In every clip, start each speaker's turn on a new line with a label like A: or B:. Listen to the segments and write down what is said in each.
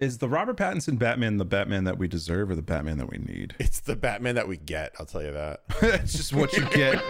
A: Is the Robert Pattinson Batman the Batman that we deserve or the Batman that we need?
B: It's the Batman that we get. I'll tell you that.
A: it's just what you get.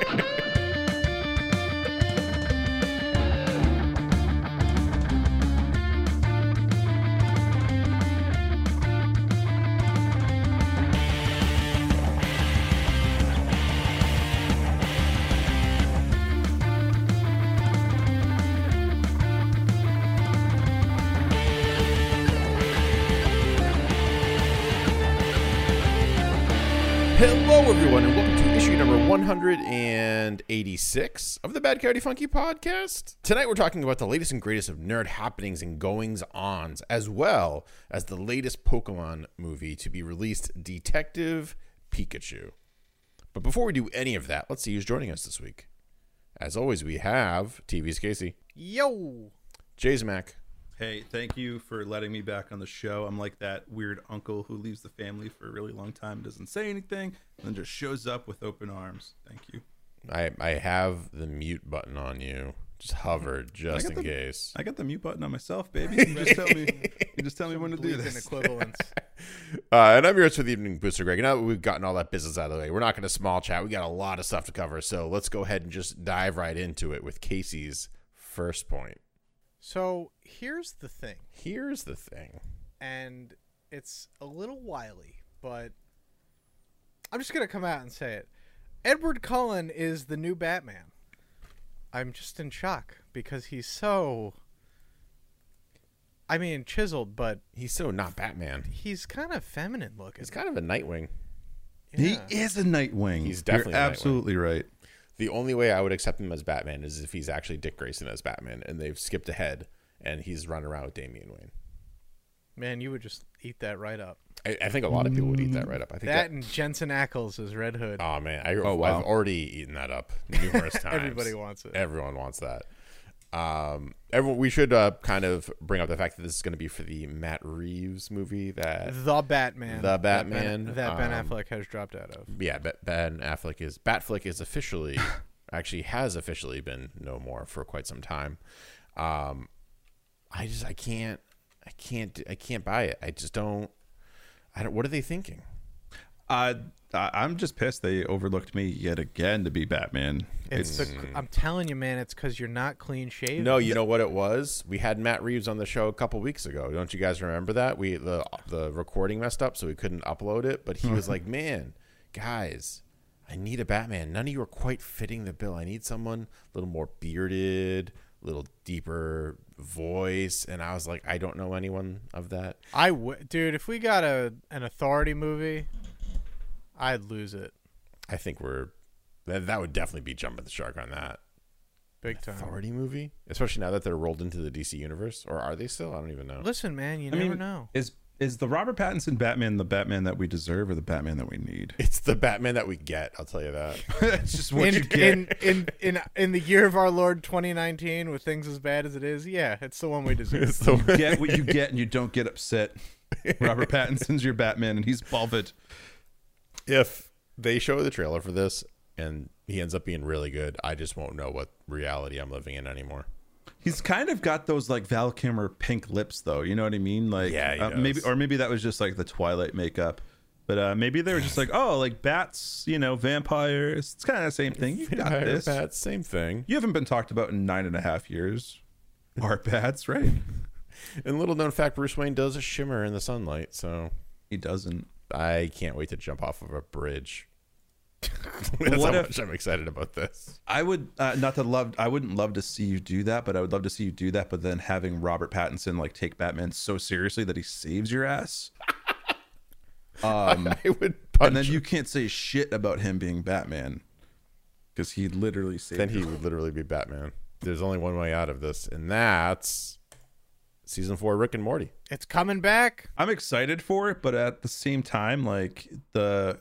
B: Hello, everyone, and welcome to issue number 186 of the Bad Coyote Funky podcast. Tonight, we're talking about the latest and greatest of nerd happenings and goings ons, as well as the latest Pokemon movie to be released, Detective Pikachu. But before we do any of that, let's see who's joining us this week. As always, we have TV's Casey,
C: Yo.
B: Jay's Mac,
D: Hey, thank you for letting me back on the show. I'm like that weird uncle who leaves the family for a really long time, doesn't say anything, and then just shows up with open arms. Thank you.
B: I, I have the mute button on you, just hovered just in
D: the-
B: case.
D: I got the mute button on myself, baby. You just tell me, you just tell me when to do
C: Bleep and
D: this.
C: equivalence.
B: Uh, and I'm your host for the evening, Booster Greg. And now that we've gotten all that business out of the way, we're not going to small chat. We got a lot of stuff to cover, so let's go ahead and just dive right into it with Casey's first point.
C: so here's the thing,
B: Here's the thing.
C: and it's a little wily, but I'm just gonna come out and say it. Edward Cullen is the new Batman. I'm just in shock because he's so. I mean, chiseled, but
B: He's so not Batman.
C: he's kind of feminine looking.
B: He's kind of a Nightwing.
C: Yeah.
A: He is a Nightwing.
B: He's definitely
A: You're
B: a Nightwing.
A: absolutely right.
B: The only way I would accept him as Batman is if he's actually Dick Grayson as Batman, and they've skipped ahead and he's running around with Damian Wayne.
C: Man, you would just eat that right up.
B: I, I think a lot of people would eat that right up. I think
C: That
B: that.
C: and Jensen Ackles is Red Hood.
B: oh man, I,
A: Oh, wow.
B: I've already eaten that up numerous times.
C: Everybody wants it.
B: Everyone wants that. Um, everyone, we should uh, kind of bring up the fact that this is going to be for the Matt Reeves movie that
C: The Batman.
B: The
C: that Ben-
B: Batman,
C: That Ben
B: um,
C: Affleck has dropped out of.
B: yeah, Ba- Ben Affleck is Batflick is officially actually has officially been no more for quite some time. Um, I just I can't I can't I can't buy it. I just don't. I don't. What are they thinking?
A: I, I I'm just pissed they overlooked me yet again to be Batman.
C: It's the, I'm telling you, man. It's because you're not clean shaven.
B: No, you know what it was. We had Matt Reeves on the show a couple weeks ago. Don't you guys remember that? We the the recording messed up, so we couldn't upload it. But he was like, "Man, guys, I need a Batman. None of you are quite fitting the bill. I need someone a little more bearded, a little deeper voice." And I was like, "I don't know anyone of that."
C: I w- dude. If we got a an authority movie, I'd lose it
B: I think we're that, that would definitely be jumping the shark on that
C: big time.
B: authority movie, especially now that they're rolled into the DC universe. Or are they still? I don't even know.
C: Listen, man. You
A: I
C: never
A: mean,
C: know.
A: is is the Robert Pattinson Batman the Batman that we deserve or the Batman that we need?
B: It's the Batman that we get. I'll tell you that.
A: it's just what
C: in,
A: you get.
C: in in in in the year of our Lord 2019, with things as bad as it is, yeah, it's the one we deserve.
B: It's the
A: get what you get, and you don't get upset. Robert Pattinson's your Batman, and he's beloved.
B: if they show the trailer for this and he ends up being really good, I just won't know what reality I'm living in anymore.
A: He's kind of got those like Val Kilmer pink lips, though. You know what I mean? Like,
B: Yeah, he
A: uh,
B: does.
A: maybe or maybe that was just like the Twilight makeup. But uh, maybe they were just like, oh, like bats, you know, vampires. It's kind of the same thing. You got
B: Vampire
A: this.
B: bats, same thing.
A: You haven't been talked about in nine and a half years. Are bats right?
B: And little known fact, Bruce Wayne does a shimmer in the sunlight, so
A: He doesn't.
B: I can't wait to jump off of a bridge. That's
A: What
B: how
A: if-
B: much I'm excited about this.
A: I would uh, not to love. I wouldn't love to see you do that, but I would love to see you do that. But then having Robert Pattinson like take Batman so seriously that he saves your ass,
B: I would punch.
A: Um, and then you can't say shit about him being Batman because he literally saved.
B: then
A: your-
B: he would literally be Batman. There's only one way out of this, and that's season four Rick and Morty.
C: it's coming back.
A: I'm excited for it, but at the same time, like the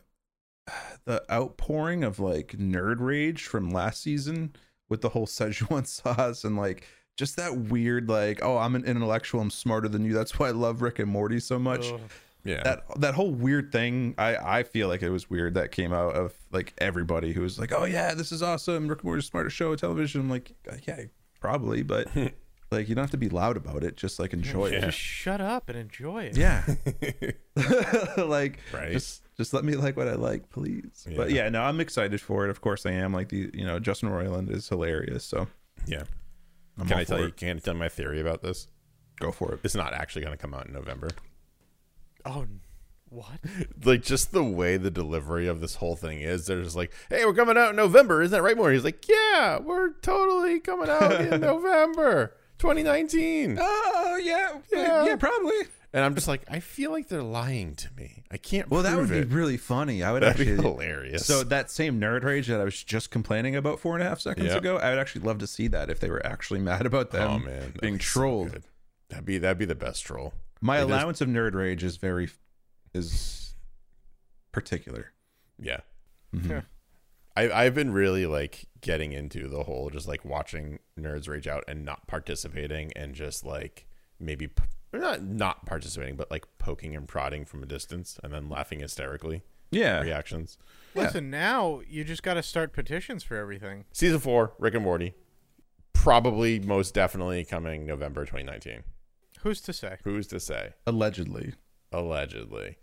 A: the outpouring of like nerd rage from last season with the whole Szechuan sauce and like just that weird like oh I'm an intellectual I'm smarter than you that's why I love Rick and Morty so much.
C: Ugh.
B: Yeah.
A: that that whole weird thing I I feel like it was weird that came out of like everybody who was like oh yeah this is awesome Rick and Morty's the smartest show on television I'm like yeah probably but Like you don't have to be loud about it. Just like enjoy
B: Yeah.
A: it.
C: Just shut up and enjoy it.
A: Yeah. like
B: Right.
A: just just let me like what I like, please. But
B: Yeah.
A: yeah, no, I'm excited for it. Of course I am. Like the you know, Justin Roiland is hilarious, so
B: Yeah.
A: I'm
B: Can
A: all
B: I tell
A: for
B: you?
A: it.
B: Can I tell you my theory about this?
A: Go for it.
B: It's not actually going to come out in November.
C: Oh, n- what?
B: Like just the way the delivery of this whole thing is, they're just like, "Hey, we're coming out in November, isn't that right, More?" He's like, "Yeah, we're totally coming out in November, 2019."
A: Oh yeah,
B: Yeah.
A: yeah, probably.
B: And I'm just like, I feel like they're lying to me. I can't.
A: Well, that
B: prove
A: would
B: it.
A: be really funny. I would
B: That'd be
A: actually
B: hilarious.
A: So that same nerd rage that I was just complaining about four and a half seconds
B: Yeah.
A: ago, I would actually love to see that if they were actually mad about them
B: oh man, that'd
A: being
B: be so
A: trolled.
B: good. that'd be that'd be the best troll.
A: My
B: It is-
A: allowance of nerd rage is very is particular.
B: Yeah.
C: Yeah.
B: I, I've been really like getting into the whole just like watching nerds rage out and not participating and just like maybe p- not not participating but like poking and prodding from a distance and then laughing hysterically
A: Yeah.
B: reactions.
C: Listen, now you just got to start petitions for everything.
B: Season four, Rick and Morty, probably most definitely coming November 2019.
C: Who's to say?
B: Who's to say?
A: Allegedly.
B: allegedly.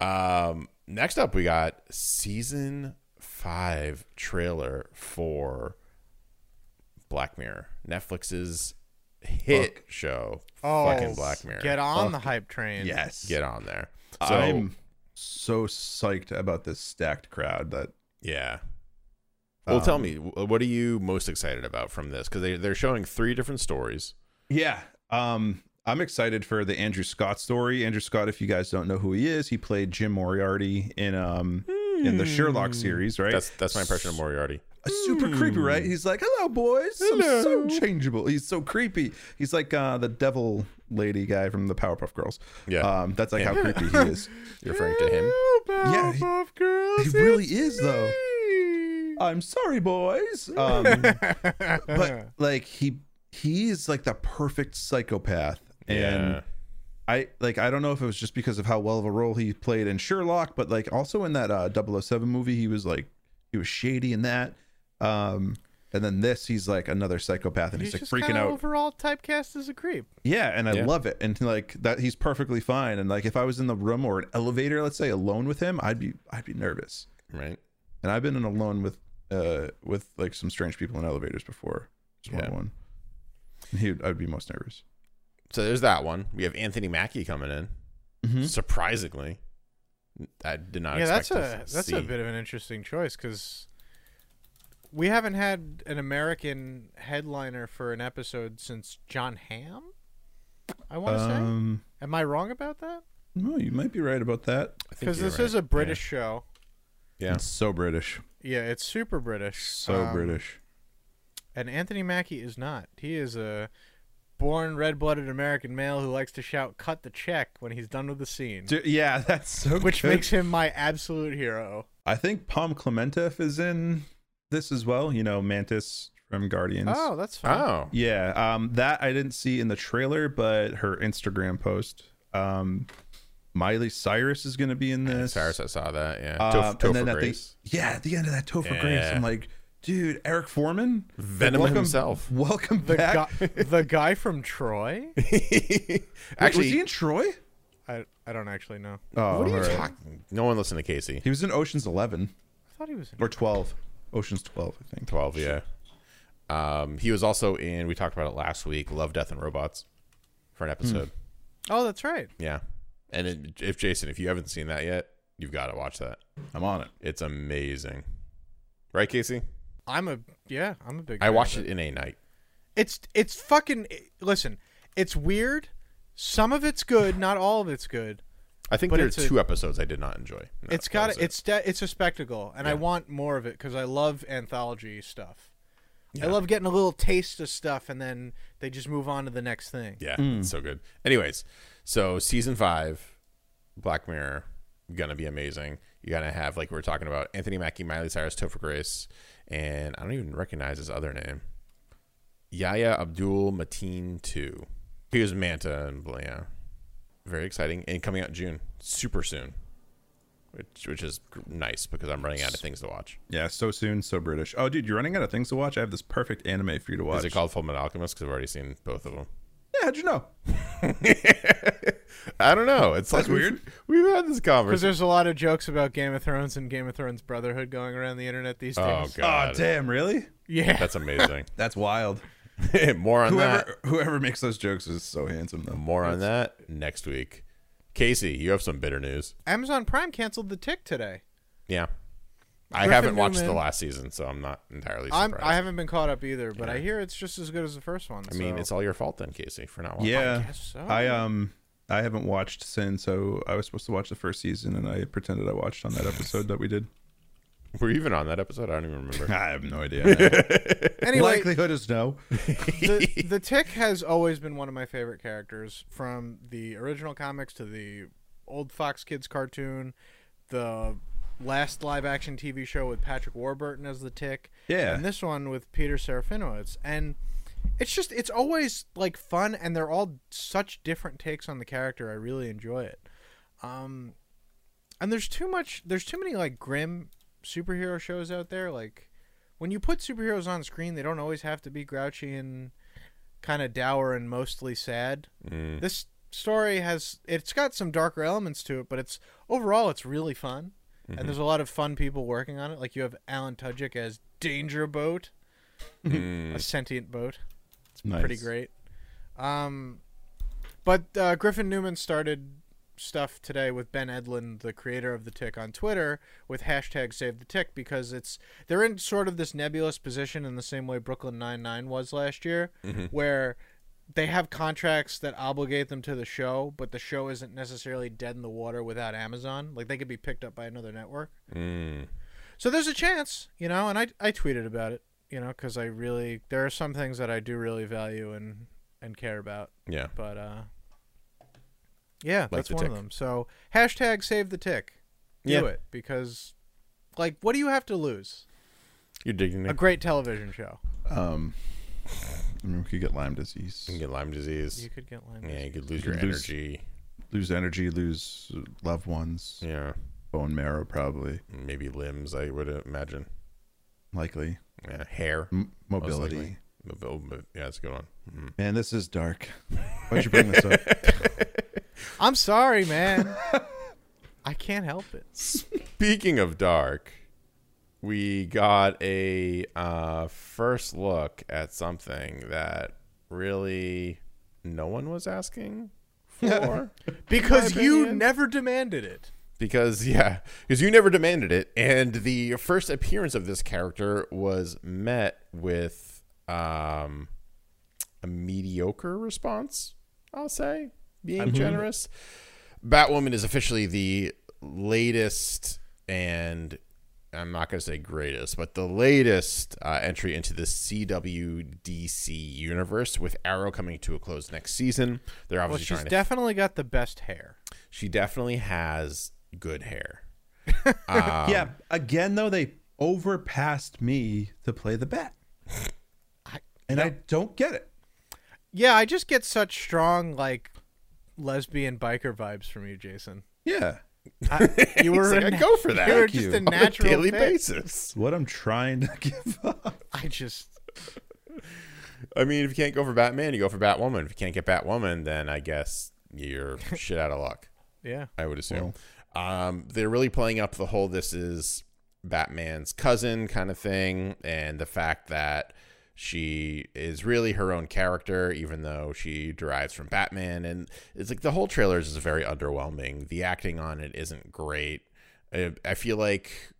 B: Um, next up, we got season five trailer for Black Mirror, Netflix's hit show,
C: Oh,
B: fucking Black Mirror.
C: Get on the hype train.
A: Yes.
B: Get on there. So
A: I'm so psyched about this stacked crowd that
B: yeah. Well, tell me,
C: Um,
B: wh- what are you most excited about from this? Because they they're showing three different stories.
A: Yeah. Um, I'm excited for the Andrew Scott story. Andrew Scott, if you guys don't know who he is, he played Jim Moriarty in um in the Sherlock series, right?
B: Hmm. That's Hmm. that's my impression of Moriarty.
A: Uh, super creepy, right? He's like, "Hello, boys." I'm so changeable. He's so creepy. He's like uh, the devil lady guy from the Powerpuff Girls.
B: Yeah.
A: Um, that's like how creepy he is.
B: You're referring to him.
A: Yeah, he-
C: Powerpuff Girls,
A: He really
C: it's
A: is though.
C: me.
A: I'm sorry, boys. Um, but like he he's like the perfect psychopath, and
B: yeah.
A: I like I don't know if it was just because of how well of a role he played in Sherlock, but like also in that uh 007 movie he was like he was shady in that. Um and then this he's like another psychopath and he's,
C: He's just
A: like freaking
C: kinda
A: out.
C: Overall, typecast as a creep.
A: Yeah, and I
B: Yeah.
A: love it. And like that he's perfectly fine and like if I was in the room or an elevator, let's say alone with him, I'd be I'd be nervous.
B: Right.
A: And I've been in alone with uh with like some strange people in elevators before. Just one
B: Yeah.
A: one. And he would, I'd be most nervous.
B: So there's that one. We have Anthony Mackie coming in. Mm-hmm.
A: Mhm.
B: Surprisingly, I did not.
C: yeah,
B: expect
C: that's a
B: to
C: that's a
B: see.
C: bit of an interesting choice because we haven't had an American headliner for an episode since John Hamm. I want to say.
A: Um
C: Am I wrong about that?
A: no, you might be right about that.
B: I think
C: Because
B: you're
C: this
B: right.
C: is a British show.
B: Yeah.
A: It's so British.
C: Yeah, it's super British.
A: So
C: um,
A: British.
C: And Anthony Mackie is not. He is a born red-blooded American male who likes to shout "Cut the check" when he's done with the scene,
A: Dude, yeah, that's so.
C: which
A: good.
C: makes him my absolute hero.
A: I think Palm Clementif is in this as well. You know, Mantis from Guardians.
C: Oh, that's fine.
B: Yeah. Oh,
A: Yeah, um, that I didn't see in the trailer, but her Instagram post. Um, Miley Cyrus is going to be in this.
B: Cyrus, I saw that. Yeah.
A: Um,
B: Toph-
A: and
B: Topher
A: then at the,
B: Grace.
A: yeah, at the end of that Topher Grace,
B: Yeah.
A: I'm like, dude, Eric Foreman,
B: Venom himself.
A: Welcome
C: The
A: back.
C: guy, the guy from Troy.
A: Actually,
B: Actually,
A: was he in Troy?
C: I, I don't actually know.
A: Oh,
B: what are you
A: all right.
B: talking? No one listened to Casey.
A: He was in Ocean's Eleven
C: I thought he was. In
A: or Twelve. Ocean's Twelve, I think.
B: Twelve. Yeah. Um, he was also in. We talked about it last week. Love, Death, and Robots for
A: Hmm.
B: an episode.
C: Oh, that's right.
B: Yeah. And it, if Jason, if you haven't seen that yet, you've got to watch that.
A: I'm on it.
B: It's amazing. Right, Casey?
C: I'm a yeah. I'm a big.
B: I
C: fan
B: watched
C: of
B: it in a night.
C: It's it's fucking. listen, it's weird. Some of it's good, not all of it's good.
B: I think
C: But
B: there are
C: it's a-
B: two episodes I did not enjoy. No,
C: it's
B: that
C: got
B: was
C: it. it's de- it's a spectacle, and I want more of it because I love anthology stuff. I love getting a little taste of stuff, and then they just move on to the next thing.
B: Yeah, it's so good. Anyways, so season five, Black Mirror, gonna be amazing. You're gonna have like we are talking about Anthony Mackie, Miley Cyrus, Topher Grace, and I don't even recognize his other name, Yaya Abdul Mateen two. He was Manta and Bla- yeah, very exciting and coming out June, super soon. which which is gr- nice because I'm running out of things to watch.
A: Yeah, so soon, so British. Oh, dude, you're running out of things to watch. I have this perfect anime for you to watch.
B: Is it called Full Metal Alchemist? Because I've already seen both of them.
A: Yeah, how'd you know?
B: I don't know. It's like weird. We've had this
C: Because
B: conversation.
C: there's a lot of jokes about Game of Thrones and Game of Thrones Brotherhood going around the internet these days.
B: Oh
A: Oh,
B: god,
A: damn, really?
C: Yeah.
B: that's amazing.
A: That's wild.
B: More on that.
A: Whoever whoever makes those jokes is so handsome
C: Oh
A: though.
B: More on that next week. Casey, you have some bitter news.
C: Amazon Prime canceled the tick today.
B: Yeah. I
C: Griffin
B: haven't watched the
C: Newman.
B: last season, so I'm not entirely
C: I'm,
B: surprised.
C: I haven't been caught up either, but I hear it's just as good as the first one.
B: I mean,
C: so-
B: it's all your fault then, Casey, for not watching.
A: Yeah.
C: guess so.
A: I um I haven't watched since so I was supposed to watch the first season and I pretended I watched on that episode that we did.
B: Were you even on that episode? I don't even remember.
A: I have no idea.
C: anyway,
A: Likelihood is no.
C: the, the Tick has always been one of my favorite characters from the original comics to the old Fox Kids cartoon, the last live action TV show with Patrick Warburton as the Tick.
A: Yeah.
C: And this one with Peter Serafinowicz. And it's just, it's always like fun, and they're all such different takes on the character. I really enjoy it. Um, and there's too much, there's too many like grim superhero shows out there. Like, when you put superheroes on screen, they don't always have to be grouchy and kind of dour and mostly sad.
B: Mm.
C: This story has it's got some darker elements to it, but it's overall it's really fun. And there's a lot of fun people working on it. Like you have Alan Tudyk as Danger Boat,
B: Mm.
C: a sentient boat.
A: It's nice.
C: Pretty great. Um, but uh, Griffin Newman started stuff today with Ben Edlund, the creator of the Tick, on Twitter with hashtag Save the Tick because it's they're in sort of this nebulous position in the same way Brooklyn Nine Nine was last year, where they have contracts that obligate them to the show, but the show isn't necessarily dead in the water without Amazon. Like they could be picked up by another network.
B: Mm.
C: So there's a chance, you know, and I, I tweeted about it, you know, because I really there are some things that I do really value and and care about,
B: Yeah.
C: but uh, yeah, that's
B: the
C: one
B: tick.
C: of them. So hashtag save the tick, do
B: Yeah.
C: it because, like, what do you have to lose?
B: You're digging
C: A great television show.
A: Um I mean, we could get Lyme disease,
B: You can get Lyme disease.
C: You could get Lyme.
B: yeah,
C: disease.
B: you could lose
A: You
B: your
A: could lose-
B: energy.
A: lose energy, lose uh, loved ones,
B: Yeah.
A: bone marrow probably,
B: Maybe limbs, I would imagine.
A: likely
B: Yeah. Hair.
A: M-
B: most likely.
A: mobility.
B: Mobil- mo- Yeah, that's a good one. Mm.
A: Man, this is dark. Why'd you bring this up?
C: I'm sorry, man. I can't help it.
B: Speaking of dark, we got a uh, first look at something that really no one was asking for.
C: Because you
B: opinion.
C: never demanded it.
B: because yeah because you never demanded it and the first appearance of this character was met with um a mediocre response i'll say being
C: Mm-hmm.
B: generous batwoman is officially the latest and i'm not going to say greatest but the latest uh, entry into the cwdc universe with arrow coming to a close next season they're
C: Well,
B: obviously
C: she's
B: trying to
C: definitely got the best hair.
B: she definitely has good hair
A: yeah. Again, though, they overpassed me to play the bat. and I don't get it.
C: Yeah, I just get such strong like lesbian biker vibes from you, Jason.
A: Yeah.
C: You were
B: like,
C: a
B: "I
C: na-
B: go for that."
C: You were
B: Thank
C: just
A: you.
C: a
A: On
B: on a
C: natural
B: daily
C: fit.
B: basis.
A: It's what I'm trying to give up.
C: I just
B: I mean, if you can't go for Batman, you go for Batwoman. If you can't get Batwoman, then I guess you're shit out of luck.
C: yeah.
B: I would assume. um, they're really playing up the whole this is Batman's cousin kind of thing, and the fact that she is really her own character, even though she derives from Batman. And it's like the whole trailer is just very underwhelming. The acting on it isn't great. I, I feel like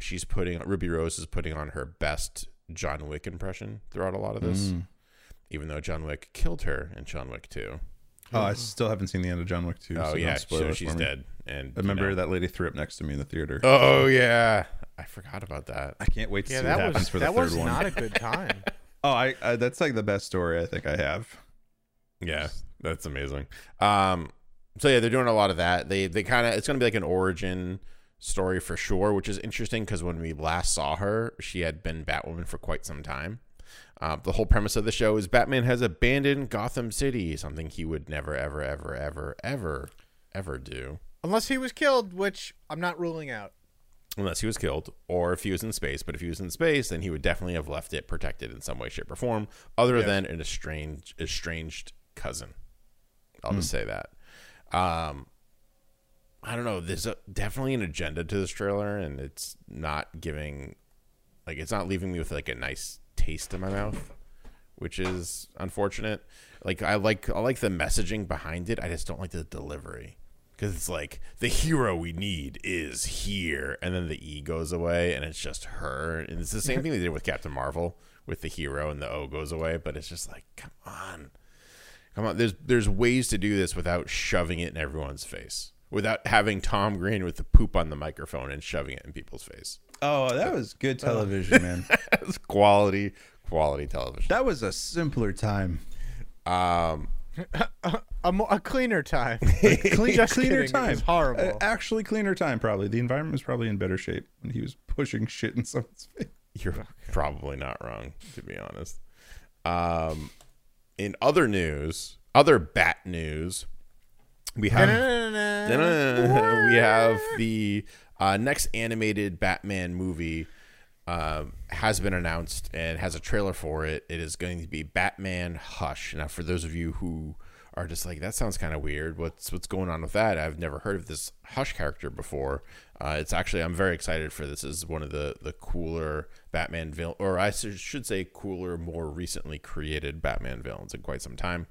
B: she's putting Ruby Rose is putting on her best John Wick impression throughout a lot of this,
A: Mm.
B: even though John Wick killed her in John Wick 2.
A: Oh, I still haven't seen the end of John Wick 2.
B: Oh,
A: so
B: yeah.
A: don't spoil
B: So
A: it
B: she's
A: for me.
B: dead. And
A: I remember
B: you know.
A: that lady threw up next to me in the theater.
B: Oh yeah, I forgot about that.
A: I can't wait to
C: Yeah,
A: see what
C: that
A: happens
C: was
A: for the
C: that
A: third
C: was
A: one.
C: not a good time.
A: oh, I, I that's like the best story I think I have.
B: Yeah, that's amazing. Um, so yeah, they're doing a lot of that. They they kind of it's gonna be like an origin story for sure, which is interesting because when we last saw her, she had been Batwoman for quite some time. Uh, the whole premise of the show is Batman has abandoned Gotham City, something he would never, ever, ever, ever, ever, ever do.
C: Unless he was killed, which I'm not ruling out.
B: unless he was killed or if he was in space. But if he was in space, then he would definitely have left it protected in some way, shape, or form, other than an estranged, estranged cousin. I'll just say that. Um, I don't know. There's a, definitely an agenda to this trailer, and it's not giving, like, it's not leaving me with like a nice taste in my mouth, which is unfortunate. Like, I like I like the messaging behind it. I just don't like the delivery because it's like the hero we need is here, and then the E goes away, and it's just her, and it's the same thing they did with Captain Marvel with the hero and the O goes away, but it's just like, come on. Come on, there's there's ways to do this without shoving it in everyone's face, without having Tom Green with the poop on the microphone and shoving it in people's face.
A: Oh, that was good television, man.
B: That's quality, quality television.
A: that was a simpler time.
B: Um,
C: A, mo- a cleaner time.
A: Clean,
C: Just
A: cleaner
C: kidding, it
A: time.
C: was horrible.
A: Uh, actually, cleaner time. Probably the environment was probably in better shape when he was pushing shit in someone's face.
B: you're probably not wrong, to be honest. Um, in other news, other bat news, we have Da-da-da-da-da. we have the uh, next animated Batman movie um, has been announced and has a trailer for it. It is going to be Batman Hush. Now, for those of you who are just like that sounds kind of weird, what's what's going on with that? I've never heard of this Hush character before. Uh, it's actually I'm very excited for this. This Is one of the the cooler Batman villain, or I s- should say cooler, more recently created Batman villains in quite some time.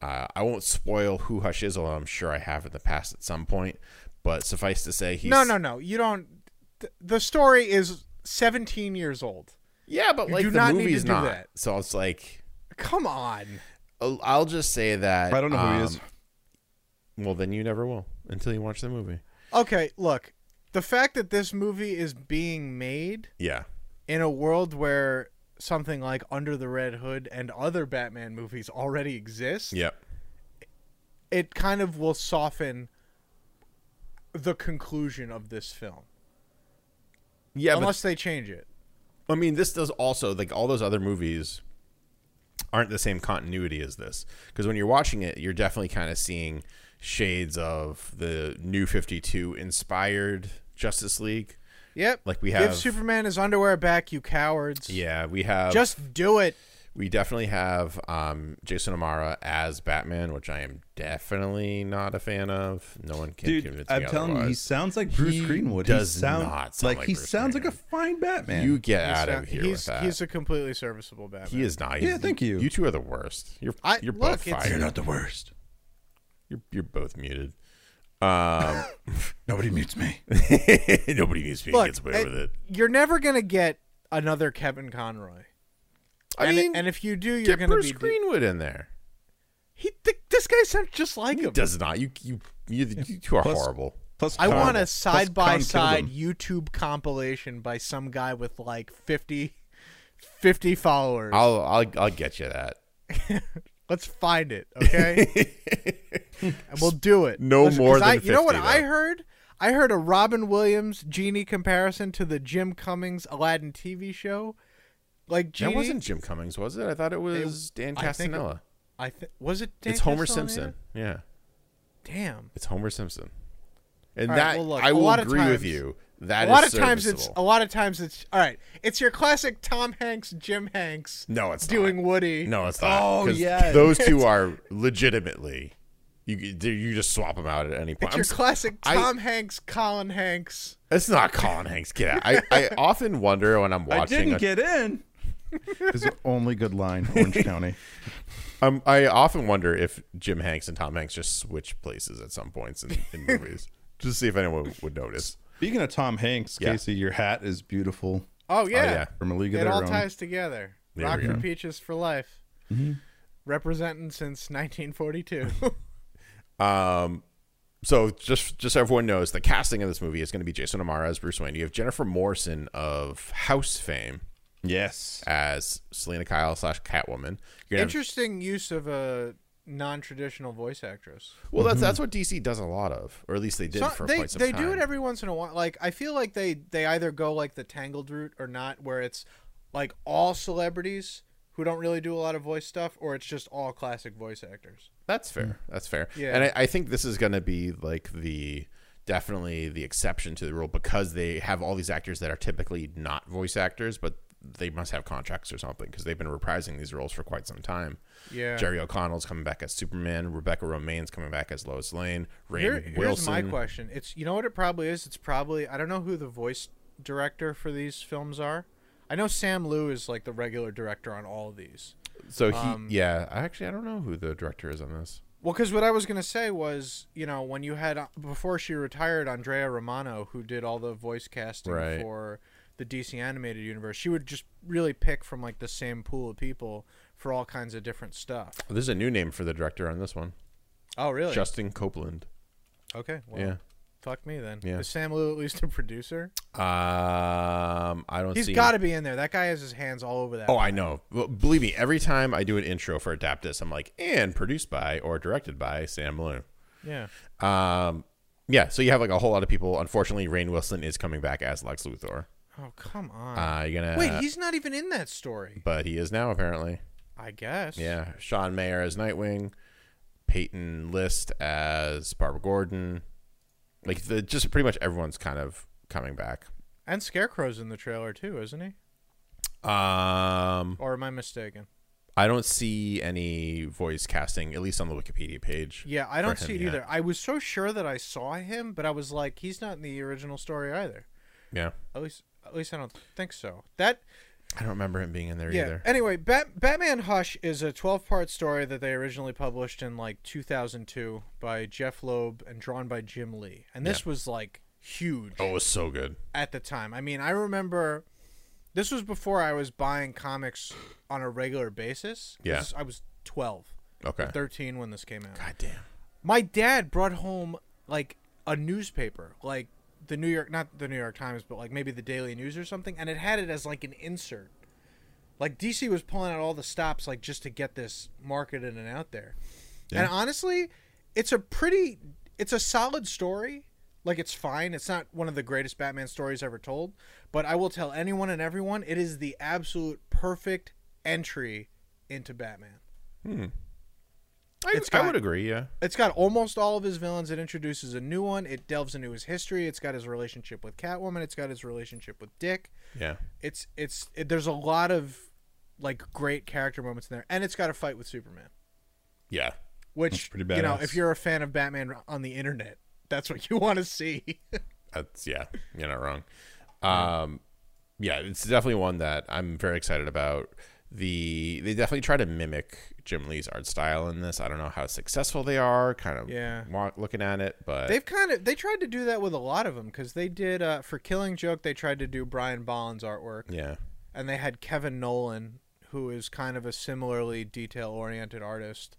B: Uh, I won't spoil who Hush is, although I'm sure I have in the past at some point. But suffice to say, he's
C: No, no, no. You don't. th- the story is 17 years old.
B: yeah, but
C: You
B: like
C: do
B: the
C: not need to
B: movie's
C: do
B: not.
C: that.
B: So it's like
C: Come on.
B: I'll Oh, I'll just say that
A: I don't know who he is.
B: um, Well, then you never will until you watch the movie.
C: Okay, look. The fact that this movie is being made
B: Yeah,
C: in a world where something like Under the Red Hood and other Batman movies already exist,
B: yep.
C: it kind of will soften the conclusion of this film.
B: Yeah, but
C: unless they change it.
B: I mean, this does also like all those other movies aren't the same continuity as this because when you're watching it, you're definitely kind of seeing shades of the New Fifty Two inspired Justice League.
C: Yep.
B: Like we
C: Give
B: have-
C: Superman his underwear back, you cowards.
B: Yeah, we have
C: Just do it.
B: we definitely have um, Jason Amara as Batman, which I am definitely not a fan of. No one can
A: Dude,
B: convince me
A: I'm telling you, he
B: otherwise.
A: sounds like Bruce
B: He
A: Greenwood.
B: does
A: he sound,
B: not sound like
A: he
B: Bruce
A: sounds like
B: Greenwood.
A: a fine Batman.
B: you get out
C: he's,
B: of here
C: he's,
B: with that.
C: he's a completely serviceable Batman.
B: he is not. He's,
A: Yeah, thank you.
B: You two are the worst. You're
C: I-
B: you're
C: look,
B: both
C: it's-
B: fired. You're,
A: the worst.
B: you're both muted. Um,
A: Nobody mutes me.
B: nobody needs to
C: Look,
B: gets away
C: I-
B: with it.
C: You're never gonna get another Kevin Conroy.
B: I
C: and,
B: mean,
C: and if you do, you're
B: get
C: gonna
B: Bruce
C: be.
B: Greenwood in there.
C: He th- this guy sounds just like him.
B: Does not you you you, you two are
A: Plus-
B: horrible.
A: Plus,
C: I
A: Khan-
C: want a
A: plus
C: side by
A: Khan killed
C: side
A: him.
C: YouTube compilation by some guy with like 50, 50 followers.
B: I'll I'll I'll get you that.
C: Let's find it, okay? and we'll do it.
B: No more
C: 'cause I,
B: than
C: You know what
B: 50,
C: I
B: though.
C: heard? I heard a Robin Williams genie comparison to the Jim Cummings Aladdin TV show. Like genie,
B: That wasn't Jim Cummings, was it? I thought it was Dan
C: I think it-
B: Castanella.
C: I think was it? Dan
B: It's Homer
C: Castellaneta?
B: Simpson. Yeah.
C: Damn.
B: It's Homer Simpson. And
C: All right,
B: that
C: well, look,
B: I
C: a
B: will
C: lot of
B: agree with
C: times-
B: you. That
C: a lot of
B: is
C: times it's a
B: serviceable.
C: lot of times it's all right. It's your classic Tom Hanks, Jim Hanks.
B: No, it's not.
C: doing Woody.
B: no, it's not.
A: Oh,
B: 'cause
A: yeah.
B: those two are legitimately. You you just swap them out at any point.
C: It's
B: I'm
C: your
B: s-
C: classic
B: I-
C: Tom Hanks, Colin Hanks.
B: it's not Colin Hanks. Get out. I, I often wonder when I'm
A: I
B: watching.
A: didn't
B: a-
A: get in. Is the only good line, Orange County.
B: Um, I often wonder if Jim Hanks and Tom Hanks just switch places at some points in, in movies, just to see if anyone would notice.
A: Speaking of Tom Hanks,
B: Yeah.
A: Casey, your hat is beautiful
C: Oh yeah,
B: yeah.
A: from a league of
C: it
A: their
C: all
A: own.
C: ties together.
B: There
C: Rock
B: we
C: for
B: go. Mm-hmm.
C: peaches for life. Representing since 1942.
B: Um, so just just so everyone knows, the casting of this movie is going to be Jason Amara as Bruce Wayne. You have Jennifer Morrison of House fame
A: Yes.
B: as Selena Kyle slash Catwoman. You're gonna have-
C: Interesting use of a non-traditional voice actress.
B: well, that's that's what DC does a lot of, or at least they did
C: Mm-hmm. So-
B: for
C: they
B: quite some
C: they
B: time.
C: do it every once in a while. Like I feel like they they either go like the tangled route or not, where it's like all celebrities who don't really do a lot of voice stuff, or it's just all classic voice actors.
B: That's fair. That's fair.
C: Mm. Yeah.
B: And I, I think this is going to be like the definitely the exception to the rule because they have all these actors that are typically not voice actors, but they must have contracts or something because they've been reprising these roles for quite some time.
C: Yeah.
B: Jerry O'Connell's coming back as Superman. Rebecca Romijn's coming back as Lois Lane.
C: Here-
B: Rain
C: here's
B: Wilson.
C: my question. It's you know what it probably is. It's probably I don't know who the voice director for these films are. I know Sam Liu is like the regular director on all of these.
B: So he,
C: Um,
B: yeah, I actually I don't know who the director is on this.
C: Well, because what I was gonna say was, you know, when you had uh, before she retired, Andrea Romano, who did all the voice casting
B: Right.
C: for the DC animated universe, she would just really pick from like the same pool of people for all kinds of different stuff.
B: Oh, there's a new name for the director on this one.
C: Oh, really?
B: Justin Copeland.
C: okay. Well,
B: yeah.
C: Fuck me then.
B: Yeah.
C: Is Sam Liu at least a producer?
B: Um, I don't
C: He's
B: see.
C: got to be in there. That guy has his hands all over that.
B: Oh, I know. Well, believe me, every time I do an intro for Adaptus, I'm like, and produced by or directed by Sam Bloom.
C: yeah.
B: Um, yeah, so you have like a whole lot of people. Unfortunately, Rain Wilson is coming back as Lex Luthor.
C: Oh, come on.
B: Uh, you're gonna
C: Wait, he's not even in that story.
B: but he is now apparently.
C: I guess.
B: Yeah, Sean Mayer as Nightwing, Peyton List as Barbara Gordon. Like the just pretty much everyone's kind of coming back.
C: And Scarecrow's in the trailer too, isn't he?
B: Um,
C: Or am I mistaken?
B: I don't see any voice casting, at least on the Wikipedia page.
C: Yeah, I don't
B: For him,
C: see it
B: yeah.
C: either. I was so sure that I saw him, but I was like, he's not in the original story either.
B: Yeah,
C: At least, at least I don't think so. That
B: I don't remember him being in there
C: yeah.
B: either.
C: Anyway, Bat- Batman Hush is a 12-part story that they originally published in like 2002 by Jeff Loeb and drawn by Jim Lee, and this was like huge.
B: Oh, it was so good.
C: at the time. I mean, I remember this was before I was buying comics on a regular basis.
B: Yeah.
C: This- I was 12,
B: Okay.
C: 13 when this came out.
B: God damn.
C: My dad brought home like a newspaper, like the New York, not the New York Times, but like maybe the Daily News or something, and it had it as like an insert. Like DC was pulling out all the stops, like just to get this marketed and out there. And honestly, it's a pretty, it's a solid story. Like it's fine. It's not one of the greatest Batman stories ever told, but I will tell anyone and everyone it is the absolute perfect entry into Batman.
B: I,
C: It's
B: I
C: got-
B: would agree. Yeah.
C: It's got almost all of his villains. It introduces a new one. It delves into his history. It's got his relationship with Catwoman. It's got his relationship with Dick.
B: Yeah.
C: It's it's it, there's a lot of like great character moments in there, and it's got a fight with Superman,
B: Yeah.
C: which
A: pretty
C: you know
A: badass.
C: if you're a fan of Batman on the internet, that's what you want to see.
B: That's yeah. You're not wrong. Um, yeah, it's definitely one that I'm very excited about. The they definitely try to mimic Jim Lee's art style in this. I don't know how successful they are. Kind of
C: Yeah.
B: wa- looking at it, but
C: They've kind of they tried to do that with a lot of them because they did uh, for Killing Joke they tried to do Brian Bolland's artwork
B: yeah,
C: and they had Kevin Nolan, who is kind of a similarly detail oriented artist,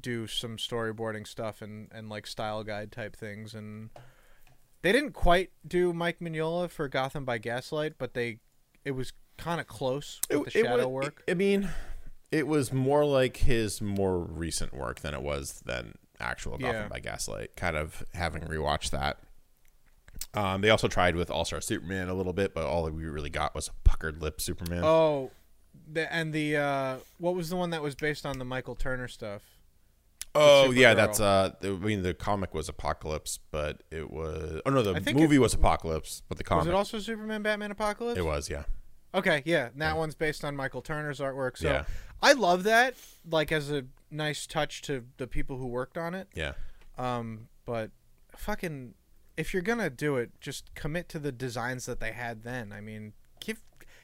C: do some storyboarding stuff and, and like style guide type things. And they didn't quite do Mike Mignola for Gotham by Gaslight, but they it was kind of close with the shadow
B: wa-
C: work.
B: I mean, it was more like his more recent work than it was than actual Gotham
C: Yeah.
B: by Gaslight. Kind of having rewatched that. Um, they also tried with All Star Superman a little bit, but all that we really got was a puckered lip Superman.
C: oh, the, and the uh, what was the one that was based on the Michael Turner stuff?
B: Oh yeah,
C: Supergirl.
B: that's uh. the- I mean, the comic was Apocalypse, but it was. Oh no, the
C: I think
B: movie
C: it-
B: was Apocalypse, but the
C: Was
B: comic
C: it also Superman Batman Apocalypse?
B: Um, it was yeah.
C: Okay, yeah, and that one's based on Michael Turner's artwork. So
B: Yeah.
C: I love that, like as a nice touch to the people who worked on it.
B: Yeah,
C: Um, but fucking, if you're gonna do it, just commit to the designs that they had then. I mean, give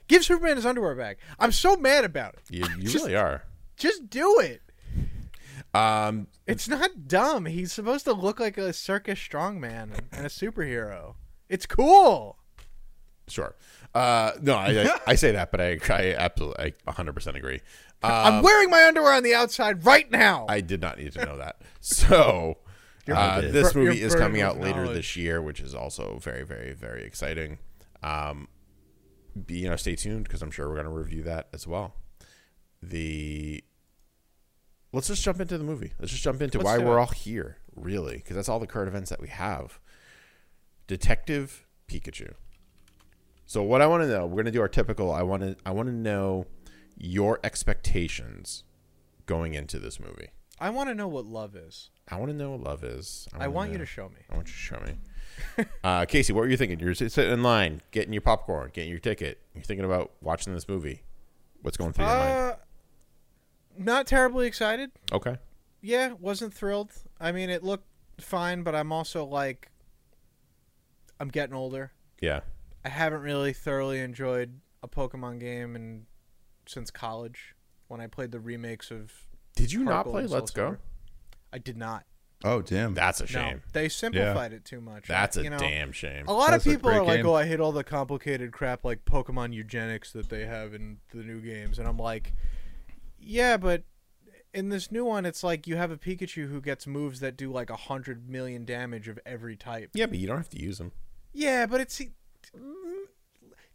C: give Superman his underwear back. I'm so mad about it.
B: you, you
C: Just-
B: really are.
C: Just do it.
B: Um,
C: It's not dumb. He's supposed to look like a circus strongman and- and a superhero. It's cool.
B: sure. Uh, no, I, I, I say that, but I I absolutely I 100% agree. Um,
C: I'm wearing my underwear on the outside right now.
B: I did not need to know that. So, uh,
A: did.
B: this
C: Bur-
B: movie
C: you're
B: is
C: burdened
B: coming out
C: with
B: later
C: knowledge.
B: this year, which is also very, very, very exciting. Um, be- you know, stay tuned because I'm sure we're going to review that as well. The let's just jump into the movie. Let's just jump into
C: Let's
B: why
C: do
B: we're
C: it.
B: all here, really, because that's all the current events that we have. Detective Pikachu. So what I want to know, we're going to do our typical. I want to I want to know your expectations going into this movie.
C: I want to know what love is.
B: I want to know what love is.
C: I
B: wanna
C: want you
B: know-
C: to show me.
B: I want you to show me. uh, Casey, what were you thinking? You're sit- sitting in line, getting your popcorn, getting your ticket. You're thinking about watching this movie. What's going through your mind?
C: Uh, not terribly excited.
B: Okay.
C: Yeah, wasn't thrilled. I mean, it looked fine, but I'm also like, I'm getting older.
B: Yeah.
C: I haven't really thoroughly enjoyed a Pokemon game and since college when I played the remakes of.
B: Did you
C: Heart
B: not
C: Gold
B: play
C: and Soul
B: Let's Go?
C: Silver. I did not.
A: Oh damn.
B: That's a
C: No,
B: shame.
C: they simplified it too much.
B: That's a
C: you know?
B: damn shame.
C: A lot
A: That's a
C: of people
A: great
C: are like,
A: game.
C: "Oh, I hate all the complicated crap like Pokemon eugenics that they have in the new games," and I'm like, "Yeah, but in this new one, it's like you have a Pikachu who gets moves that do like a hundred million damage of every type."
B: Yeah, but you don't have to use them.
C: Yeah, but it's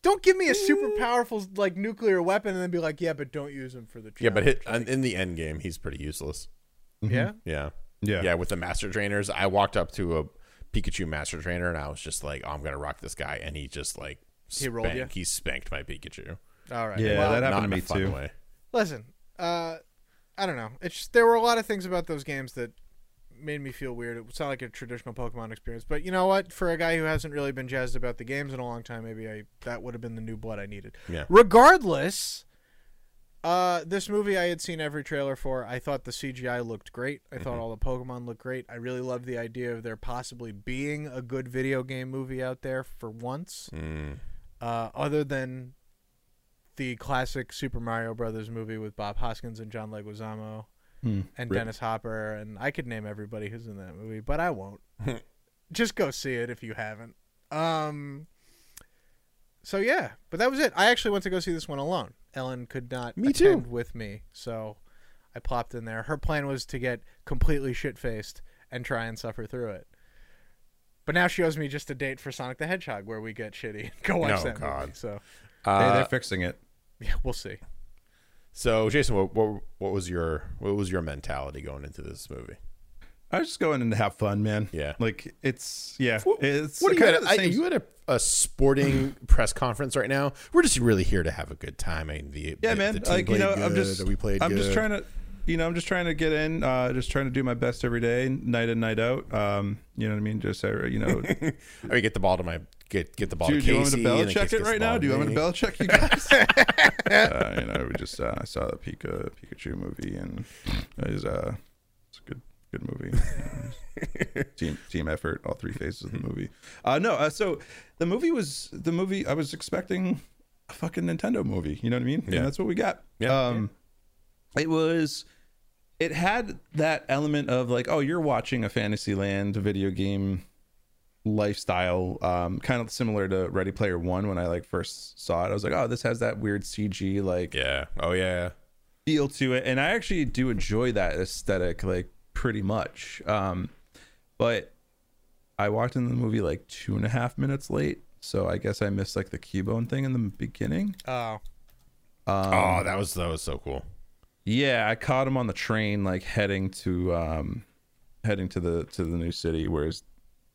C: don't give me a super powerful like nuclear weapon and then be like, "Yeah, but don't use them for the
B: Yeah, but hit,
C: challenge."
B: in the end game, he's pretty useless.
C: yeah,
B: Yeah.
A: Yeah.
B: Yeah, with the master trainers, I walked up to a Pikachu master trainer and I was just like, oh, I'm going to rock this guy. And he just like,
C: He rolled
B: spanked-
C: ya?
B: he spanked my Pikachu.
C: all right,
A: Yeah,
C: well,
A: that
B: Not
A: happened
B: in
A: to
B: a
A: me
B: fun
A: too.
B: way.
C: Listen, uh, I don't know. It's just, there were a lot of things about those games that made me feel weird. It's not like a traditional Pokemon experience, but you know what? For a guy who hasn't really been jazzed about the games in a long time, maybe I that would have been the new blood I needed.
B: Yeah.
C: Regardless, uh, this movie I had seen every trailer for. I thought the CGI looked great. I thought all the Pokemon looked great. I really loved the idea of there possibly being a good video game movie out there for once
B: Mm.
C: uh, other than the classic Super Mario Brothers movie with Bob Hoskins and John Leguizamo
A: Hmm,
C: and
A: rip.
C: Dennis Hopper, and I could name everybody who's in that movie, but I won't. Just go see it if you haven't. Um, so yeah, but that was it. I actually went to go see this one alone. Ellen could not
B: Me too.
C: attend with me, so I plopped in there. Her plan was to get completely shit faced and try and suffer through it. But now she owes me just a date for Sonic the Hedgehog where we get shitty and go watch
B: Oh,
C: that movie.
B: God.
C: So
A: Hey,
B: Uh,
A: they're fixing it.
C: yeah, we'll see.
B: so, Jason, what, what what was your what was your mentality going into this movie?
A: I was just going in to have fun, man.
B: Yeah.
A: Like it's yeah. it's
B: What are you
A: kind
B: at?
A: of the
B: I,
A: same-
B: you at a, a sporting press conference right now? We're just really here to have a good time. I mean, the
A: yeah,
B: the-
A: man.
B: the team
A: like you
B: played
A: know, I'm
B: good,
A: just
B: we played.
A: I'm just
B: good.
A: trying to, you know, I'm just trying to get in. Uh, just trying to do my best every day, night in, night out. Um, you know what I mean? Just uh, you know, do,
B: I mean, get the ball to my get get the ball
A: you-
B: to
A: do you want
B: Casey.
A: me to
B: and then
A: Belichick
B: Casey
A: it
B: gets the
A: right
B: ball
A: now? Do you want me to
B: me.
A: Belichick you guys? uh, you know, we just uh, I saw the Pika Pikachu movie, and it was, uh, it's a good good movie. team team effort, all three phases of the movie. Uh, no, uh, so the movie was the movie I was expecting a fucking Nintendo movie. You know what I mean?
B: Yeah.
A: And that's what we got.
B: Yeah.
A: Um, it was it had that element of like oh you're watching a fantasyland video game lifestyle um kind of similar to ready player one when i like first saw it i was like oh this has that weird cg like
B: Yeah. Oh yeah.
A: feel to it and i actually do enjoy that aesthetic like pretty much um but i walked in the movie like two and a half minutes late so i guess i missed like the cubone thing in the beginning
C: Oh,
A: Um,
B: oh, that was that was so cool.
A: Yeah, I caught him on the train, like heading to um, heading to the to the new city where his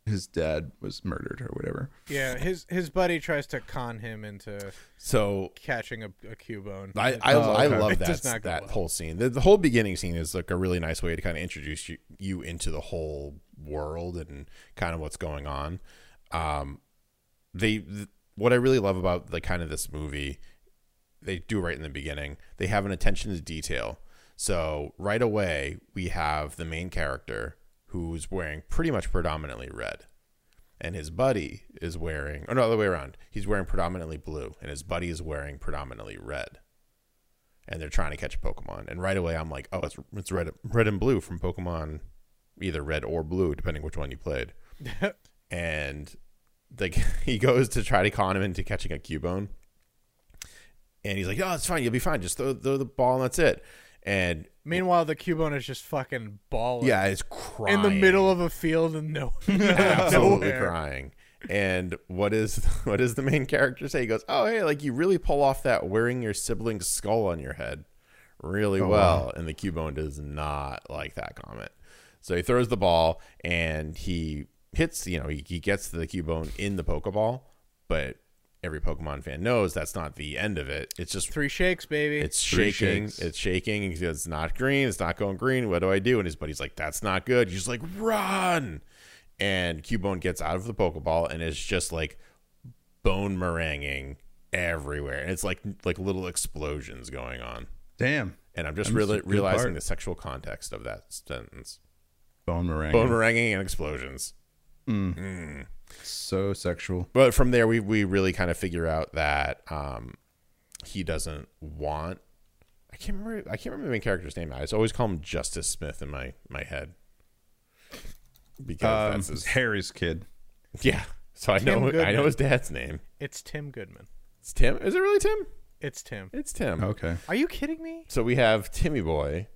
A: his dad was murdered or whatever.
C: yeah. His his buddy tries to con him into
B: So
C: catching a, a Uh, Cubone.
B: I I,
A: Oh,
B: I
A: okay.
B: love
C: It does
B: that
C: not go
B: that
C: well.
B: whole scene. The, the whole beginning scene is like a really nice way to kind of introduce you, you into the whole world and kind of what's going on. Um, they th- what I really love about the kind of this movie, they do right in the beginning. They have an attention to detail. So right away we have the main character who's wearing pretty much predominantly red and his buddy is wearing or no other way around he's wearing predominantly blue and his buddy is wearing predominantly red and they're trying to catch a pokemon and right away i'm like oh it's, it's red red and blue from pokemon either red or blue depending which one you played and like he goes to try to con him into catching a cubone and he's like oh it's fine you'll be fine just throw, throw the ball and that's it and
C: Meanwhile, the Cubone is just fucking balling.
B: yeah it's crying
C: in the middle of a field and no,
B: absolutely
C: nowhere.
B: crying. And what is what does the main character say? He goes, "Oh hey, like you really pull off that wearing your sibling's skull on your head really well." And the Cubone does not like that comment, so he throws the ball and he hits. You know, he, he gets the Cubone in the Pokeball, but every Pokemon fan knows that's not the end of it. It's just
C: Three shakes, baby.
B: it's
A: Three
B: shaking.
A: shakes.
B: It's shaking. He says, It's not green. It's not going green. What do I do? And his buddy's like, That's not good. He's like, Run. And Cubone gets out of the Pokeball and is just like bone meringuing everywhere. And it's like like little explosions going on.
A: Damn.
B: And I'm just
A: That was
B: really
A: a good
B: realizing
A: part.
B: the sexual context of that sentence.
A: Bone meringue.
B: Bone meringuing and explosions.
A: so sexual.
B: But from there, we we really kind of figure out that um, he doesn't want. I can't remember. I can't remember the main character's name. I just always call him Justice Smith in my my head because
A: Um,
B: that's his.
A: Harry's kid.
B: Yeah, so I know
C: Tim
B: I know
C: Goodman.
B: his dad's name.
C: It's Tim Goodman.
B: It's Tim. Is it really Tim?
C: It's Tim.
B: It's
C: Oh.
B: Tim.
A: Okay.
C: Are you kidding me?
B: So we have Timmy Boy.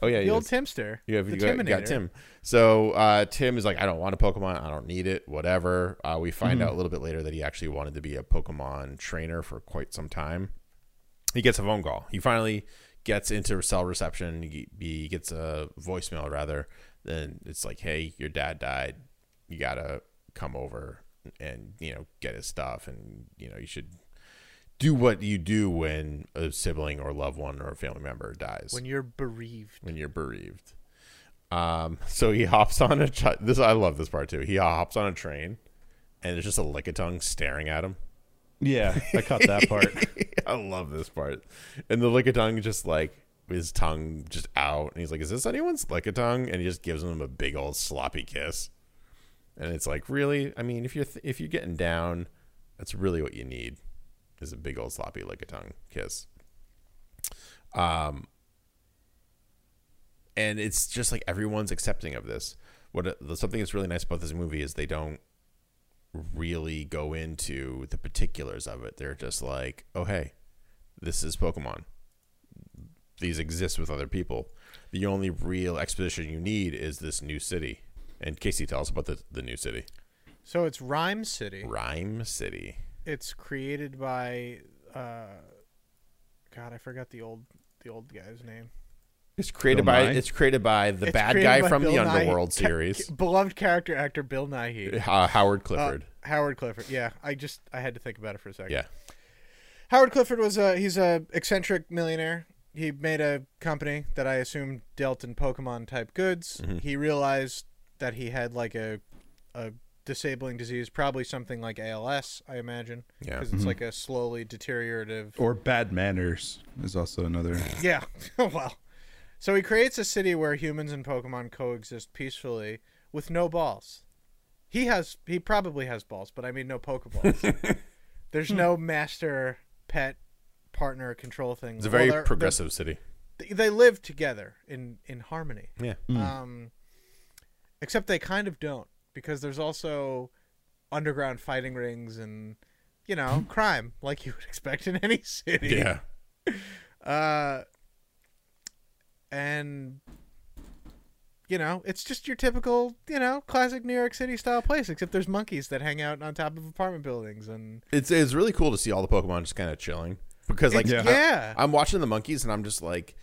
B: Oh yeah,
C: The
B: yeah.
C: old Timster.
B: You have
C: the
B: you got, you got
C: Timinator.
B: Tim. So uh, Tim is like, I don't want a Pokemon. I don't need it. Whatever. Uh, we find out a little bit later that he actually wanted to be a Pokemon trainer for quite some time. He gets a phone call. He finally gets into cell reception. He, he gets a voicemail rather. Then it's like, hey, your dad died. You gotta come over and you know get his stuff, and you know you should do what you do when a sibling or loved one or a family member dies
C: When you're bereaved.
B: when you're bereaved. Um, so he hops on a tr- this. I love this part too. He hops on a train, and there's just a lickitung staring at him.
A: Yeah, I caught that part.
B: I love this part, and the lickitung just like his tongue just out, and he's like, "Is this anyone's lickitung?" And he just gives him a big old sloppy kiss, and it's like, really? I mean, if you're th- if you're getting down, that's really what you need is a big old sloppy lickitung kiss. Um, and it's just like everyone's accepting of this. What uh, something that's really nice about this movie is they don't really go into the particulars of it. They're just like, oh hey, this is Pokemon. These exist with other people. The only real exposition you need is this new city. And Casey, tell us about the, the new city,
C: So it's Rhyme City.
B: Rhyme City.
C: It's created by uh God, I forgot the old the old guy's name.
B: It's created
A: Bill
B: by
A: Nye?
B: it's created by the
C: It's
B: bad
C: created
B: guy
C: by
B: from the
C: Bill Nye-
B: Underworld
C: ca-
B: series,
C: Beloved character actor Bill Nighy.
B: uh, Howard
C: Uh,
B: Clifford.
C: Howard Clifford. Yeah, I just I had to think about it for a second.
B: yeah,
C: Howard Clifford was a he's a eccentric millionaire. He made a company that I assume dealt in Pokemon type goods. He realized that he had like a a disabling disease, probably something like ALS, I imagine,
B: Yeah.
C: because it's like a slowly deteriorative
A: Or bad manners is also another.
C: Yeah. oh, well. So he creates a city where humans and Pokemon coexist peacefully with no balls. He has he probably has balls, but I mean no Pokeballs. There's no master pet partner control thing.
B: it's a very
C: they're-
B: progressive city.
C: they're- They live together in in harmony.
B: Yeah,
C: Um except they kind of don't because there's also underground fighting rings and you know, crime like you would expect in any city.
B: yeah.
C: Uh, and you know, it's just your typical, you know, classic New York City style place, except there's monkeys that hang out on top of apartment buildings and
B: it's it's really cool to see all the Pokemon just kind of chilling because like
C: It's-
B: I-
C: yeah.
B: I'm watching the monkeys and I'm just like,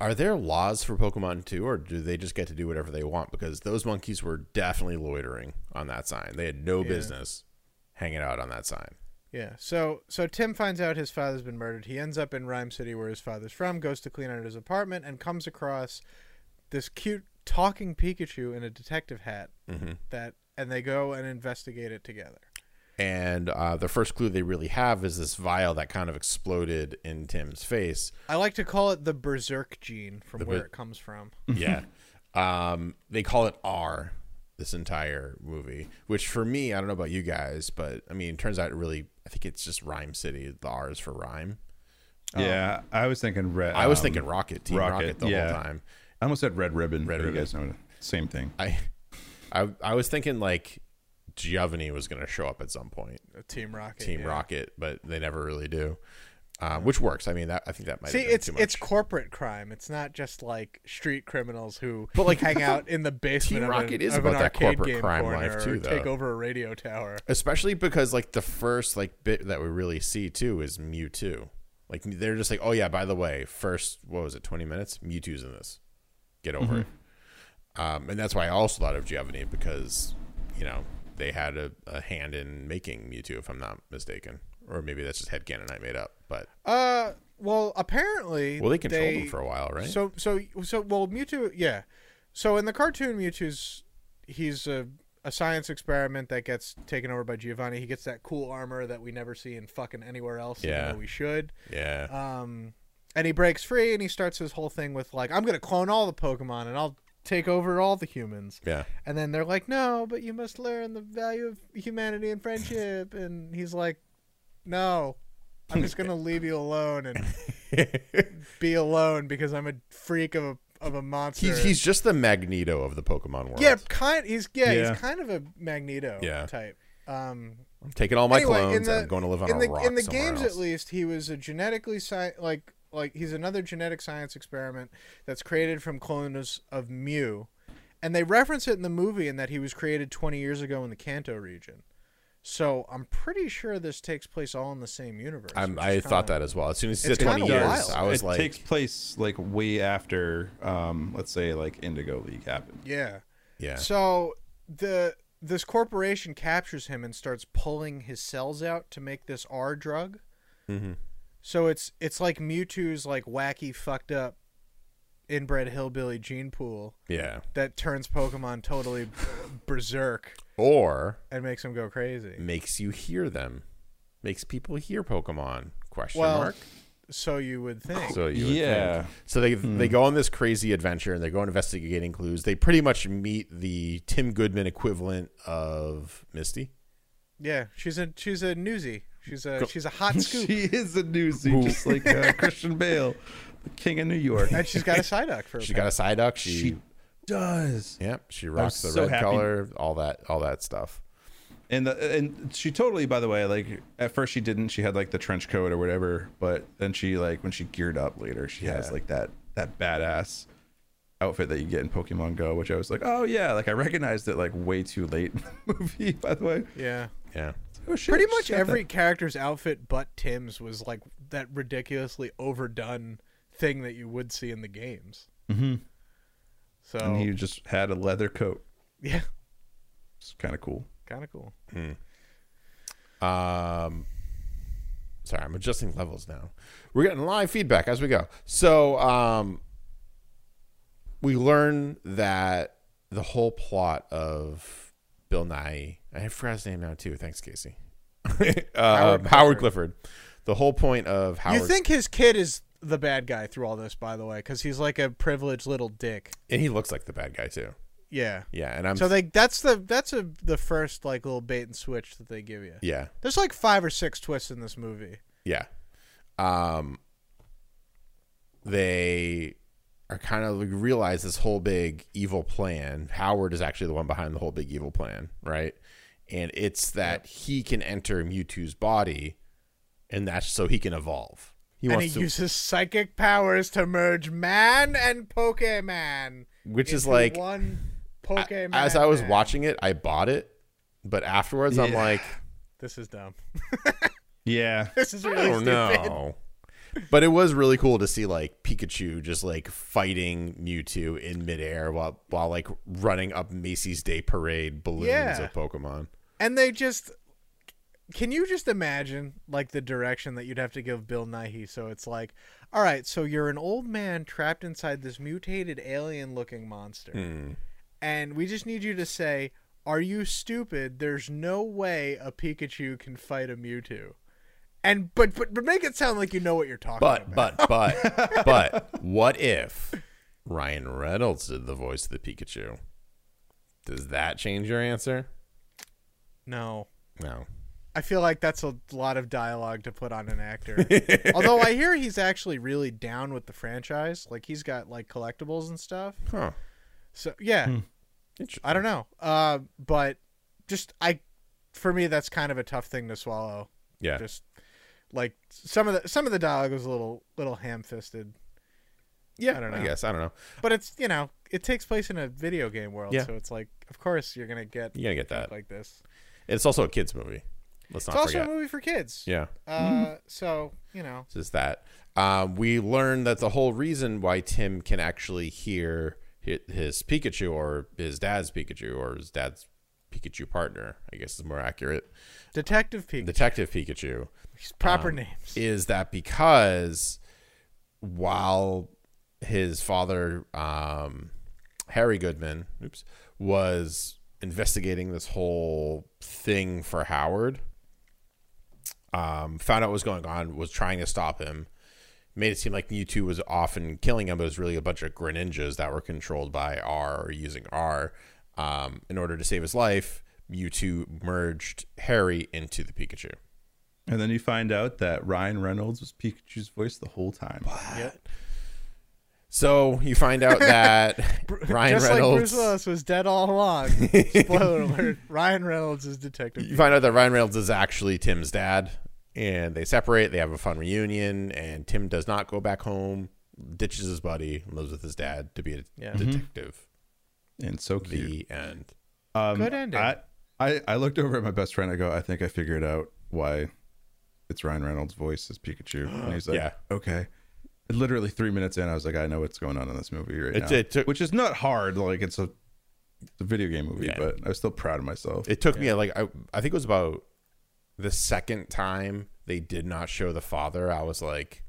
B: are there laws for Pokemon too, or do they just get to do whatever they want? Because those monkeys were definitely loitering on that sign. They had no business hanging out on that sign.
C: yeah. So so Tim finds out his father's been murdered. He ends up in Rhyme City where his father's from, goes to clean out his apartment and comes across this cute talking Pikachu in a detective hat
B: Mm-hmm.
C: that and they go and investigate it together.
B: And uh, the first clue they really have is this vial that kind of exploded in Tim's face.
C: I like to call it the berserk gene from where
B: ber-
C: it comes from.
B: yeah. Um, they call it R this entire movie, which for me, I don't know about you guys, but I mean, it turns out it really, I think it's just Rhyme City. The R is for rhyme.
A: Yeah, Um, I was thinking red.
B: I was
A: um,
B: thinking Rocket, Team Rocket,
A: Rocket,
B: the
A: yeah.
B: whole time.
A: I almost said red ribbon.
B: Red
A: but
B: Ribbon.
A: You guys know it. Same thing.
B: I, I, I was thinking like Giovanni was going to show up at some point,
C: Team Rocket.
B: Team
C: yeah.
B: Rocket, but they never really do. Um, which works. I mean, that I think that might
C: See,
B: have been
C: it's
B: too much.
C: it's corporate crime. It's not just like street criminals who
B: But, like,
C: hang out in the basement of,
B: Rocket
C: an,
B: is
C: of
B: about
C: an
B: that
C: arcade
B: corporate
C: game
B: crime
C: corner
B: life,
C: or
B: too,
C: Take
B: though.
C: over a radio tower.
B: especially because like the first like bit that we really see too is Mewtwo. Like they're just like, oh yeah, by the way, first what was it, twenty minutes? Mewtwo's in this. Get over
C: Mm-hmm.
B: it. Um, and that's why I also thought of Giovanni because you know they had a, a hand in making Mewtwo, if I'm not mistaken, or maybe that's just headcanon I made up. But
C: Uh, well, apparently.
B: well, they controlled
C: they,
B: him for a while, right?
C: So, so, so, well, Mewtwo, yeah. So in the cartoon, Mewtwo's he's a a science experiment that gets taken over by Giovanni. He gets that cool armor that we never see in fucking anywhere else. even
B: Yeah.
C: though we should.
B: yeah,
C: Um, and he breaks free and he starts his whole thing with like, I'm gonna clone all the Pokemon and I'll take over all the humans.
B: yeah.
C: And then they're like, No, but you must learn the value of humanity and friendship. And he's like, No, I'm just gonna leave you alone and be alone because I'm a freak of a of a monster.
B: he's he's just the Magneto of the Pokemon world.
C: yeah, kind. He's yeah,
A: Yeah.
C: he's kind of a Magneto
B: Yeah.
C: type. Um,
B: I'm taking all my
C: anyway, in
B: clones
C: the-
B: and I'm going to live on
C: in
B: a
C: the
B: rock
C: in the
B: somewhere
C: games
B: else.
C: at least, he was a genetically sci- like like he's another genetic science experiment that's created from clones of Mew, and they reference it in the movie in that he was created 20 years ago in the Kanto region. So I'm pretty sure this takes place all in the same universe.
B: I'm,
C: which
B: I
C: is
B: thought
C: kinda-
B: that as well. As soon as he
C: It's
B: said 20
C: kinda
B: years,
C: wild.
B: I was
A: it
B: like,
A: takes place like way after, um, let's say like Indigo League happened.
C: Yeah.
B: yeah,
C: So the this corporation captures him and starts pulling his cells out to make this R drug. Mm-hmm. So it's it's like Mewtwo's like wacky fucked up inbred hillbilly gene pool
B: yeah.
C: that turns Pokemon totally berserk
B: Or
C: and makes them go crazy.
B: makes you hear them, makes people hear Pokemon? Question
C: Well,
B: mark.
C: So you would think.
B: So you would
A: Yeah. Hmm.
B: think. So they they go on this crazy adventure and they go investigating clues. They pretty much meet the Tim Goodman equivalent of Misty,
C: yeah, she's a she's a newsie. She's a she's a hot scoop.
A: She is a newsie, just like uh, Christian Bale, the king of New York.
C: and she's got a Psyduck for a
B: She got a Psyduck. She,
A: She does,
B: yep. She rocks the
A: so
B: red
A: happy.
B: color. All that all that stuff.
A: and the, and she totally. By the way, like at first she didn't. She had like the trench coat or whatever, but then she like when she geared up later, she has
B: Yeah.
A: like that that badass outfit that you get in Pokemon Go, which I was like, oh yeah, like I recognized it like way too late in the movie. By the way,
C: Yeah.
B: Yeah.
A: oh, shit,
C: pretty
A: she's
C: much
A: got
C: every
A: that-
C: character's outfit but Tim's was like that ridiculously overdone thing that you would see in the games. Mm-hmm. So
A: and he just had a leather coat.
C: yeah,
A: It's kind of cool.
C: kind of cool.
B: Um, sorry, I'm adjusting levels now. We're getting live feedback as we go. So, um, we learn that the whole plot of Bill Nye, I forgot his name now too. Thanks, Casey. um, Howard, Clifford. The whole point of Howard,
C: You think his kid is the bad guy through all this, by the way, because he's like a privileged little dick.
B: and he looks like the bad guy too.
C: Yeah.
B: Yeah, and I'm
C: So they that's the that's a the first like little bait and switch that they give you.
B: yeah,
C: There's like five or six twists in this movie.
B: Yeah. Um they are kind of like, realize this whole big evil plan. Howard is actually the one behind the whole big evil plan, right? And it's that he can enter Mewtwo's body and that's so he can evolve. He
C: and
B: wants
C: he
B: to
C: uses psychic powers to merge man and Pokemon.
B: which is
C: into
B: like
C: one Pokemon.
B: as I was
C: man.
B: watching it, I bought it, but afterwards I'm
A: Yeah.
B: like
C: This is dumb.
A: Yeah,
C: This is really
B: I don't
C: stupid.
B: know. But it was really cool to see like Pikachu just like fighting Mewtwo in midair while while like running up Macy's Day Parade balloons
C: Yeah.
B: of Pokemon.
C: And they just can you just imagine like the direction that you'd have to give Bill Nighy? So it's like, all right, so you're an old man trapped inside this mutated alien-looking monster, and we just need you to say, "Are you stupid? There's no way a Pikachu can fight a Mewtwo." And but but, but make it sound like you know what you're talking
B: But
C: about.
B: but but but what if Ryan Reynolds did the voice of the Pikachu? Does that change your answer?
C: no,
B: No.
C: I feel like that's a lot of dialogue to put on an actor. Although I hear he's actually really down with the franchise. Like he's got like collectibles and stuff.
B: Huh.
C: So yeah,
B: Hmm. Interesting.
C: I don't know. Uh, but just I, for me, that's kind of a tough thing to swallow.
B: Yeah.
C: Just like some of the some of the dialogue was a little little ham fisted,
B: yeah.
C: I don't
B: I
C: know.
B: guess I don't know.
C: but it's you know it takes place in a video game world,
B: Yeah.
C: so it's like of course you're gonna get
B: You're gonna get that.
C: like this.
B: It's also a kids movie. Let's
C: It's
B: not
C: also
B: forget.
C: a movie for kids.
B: Yeah. Mm-hmm.
C: Uh, so you know.
B: is that um, we learn that the whole reason why Tim can actually hear hi- his Pikachu or his dad's Pikachu or his dad's Pikachu partner, I guess is more accurate,
C: Detective Pikachu.
B: Detective Pikachu,
C: His proper
B: um,
C: names.
B: is that because while his father, um, Harry Goodman, oops, was investigating this whole thing for Howard, um, found out what was going on, was trying to stop him, made it seem like Mewtwo was often killing him, but it was really a bunch of Greninjas that were controlled by R or using R. Um, in order to save his life, Mewtwo merged Harry into the Pikachu.
A: And then you find out that Ryan Reynolds was Pikachu's voice the whole time.
B: So you find out that Ryan
C: Just like
B: Reynolds.
C: Bruce Willis was dead all along. Spoiler alert: Ryan Reynolds is Detective.
B: you find out that Ryan Reynolds is actually Tim's dad, and they separate. They have a fun reunion, and Tim does not go back home. Ditches his buddy, and lives with his dad to be a
C: Yeah. Mhm.
B: detective.
A: And so cute.
B: The end.
A: Um,
C: Good ending.
A: I, I, I looked over at my best friend. I go, I think I figured out why it's Ryan Reynolds' voice as Pikachu. And he's like,
B: Yeah.
A: okay. Literally three minutes in, I was like, I know what's going on in this movie right
B: It-
A: now.
B: it took-
A: Which is not hard. Like, it's a, it's a video game movie,
B: Yeah.
A: but I was still proud of myself.
B: It took me like I, I think it was about the second time they did not show the father. I was like,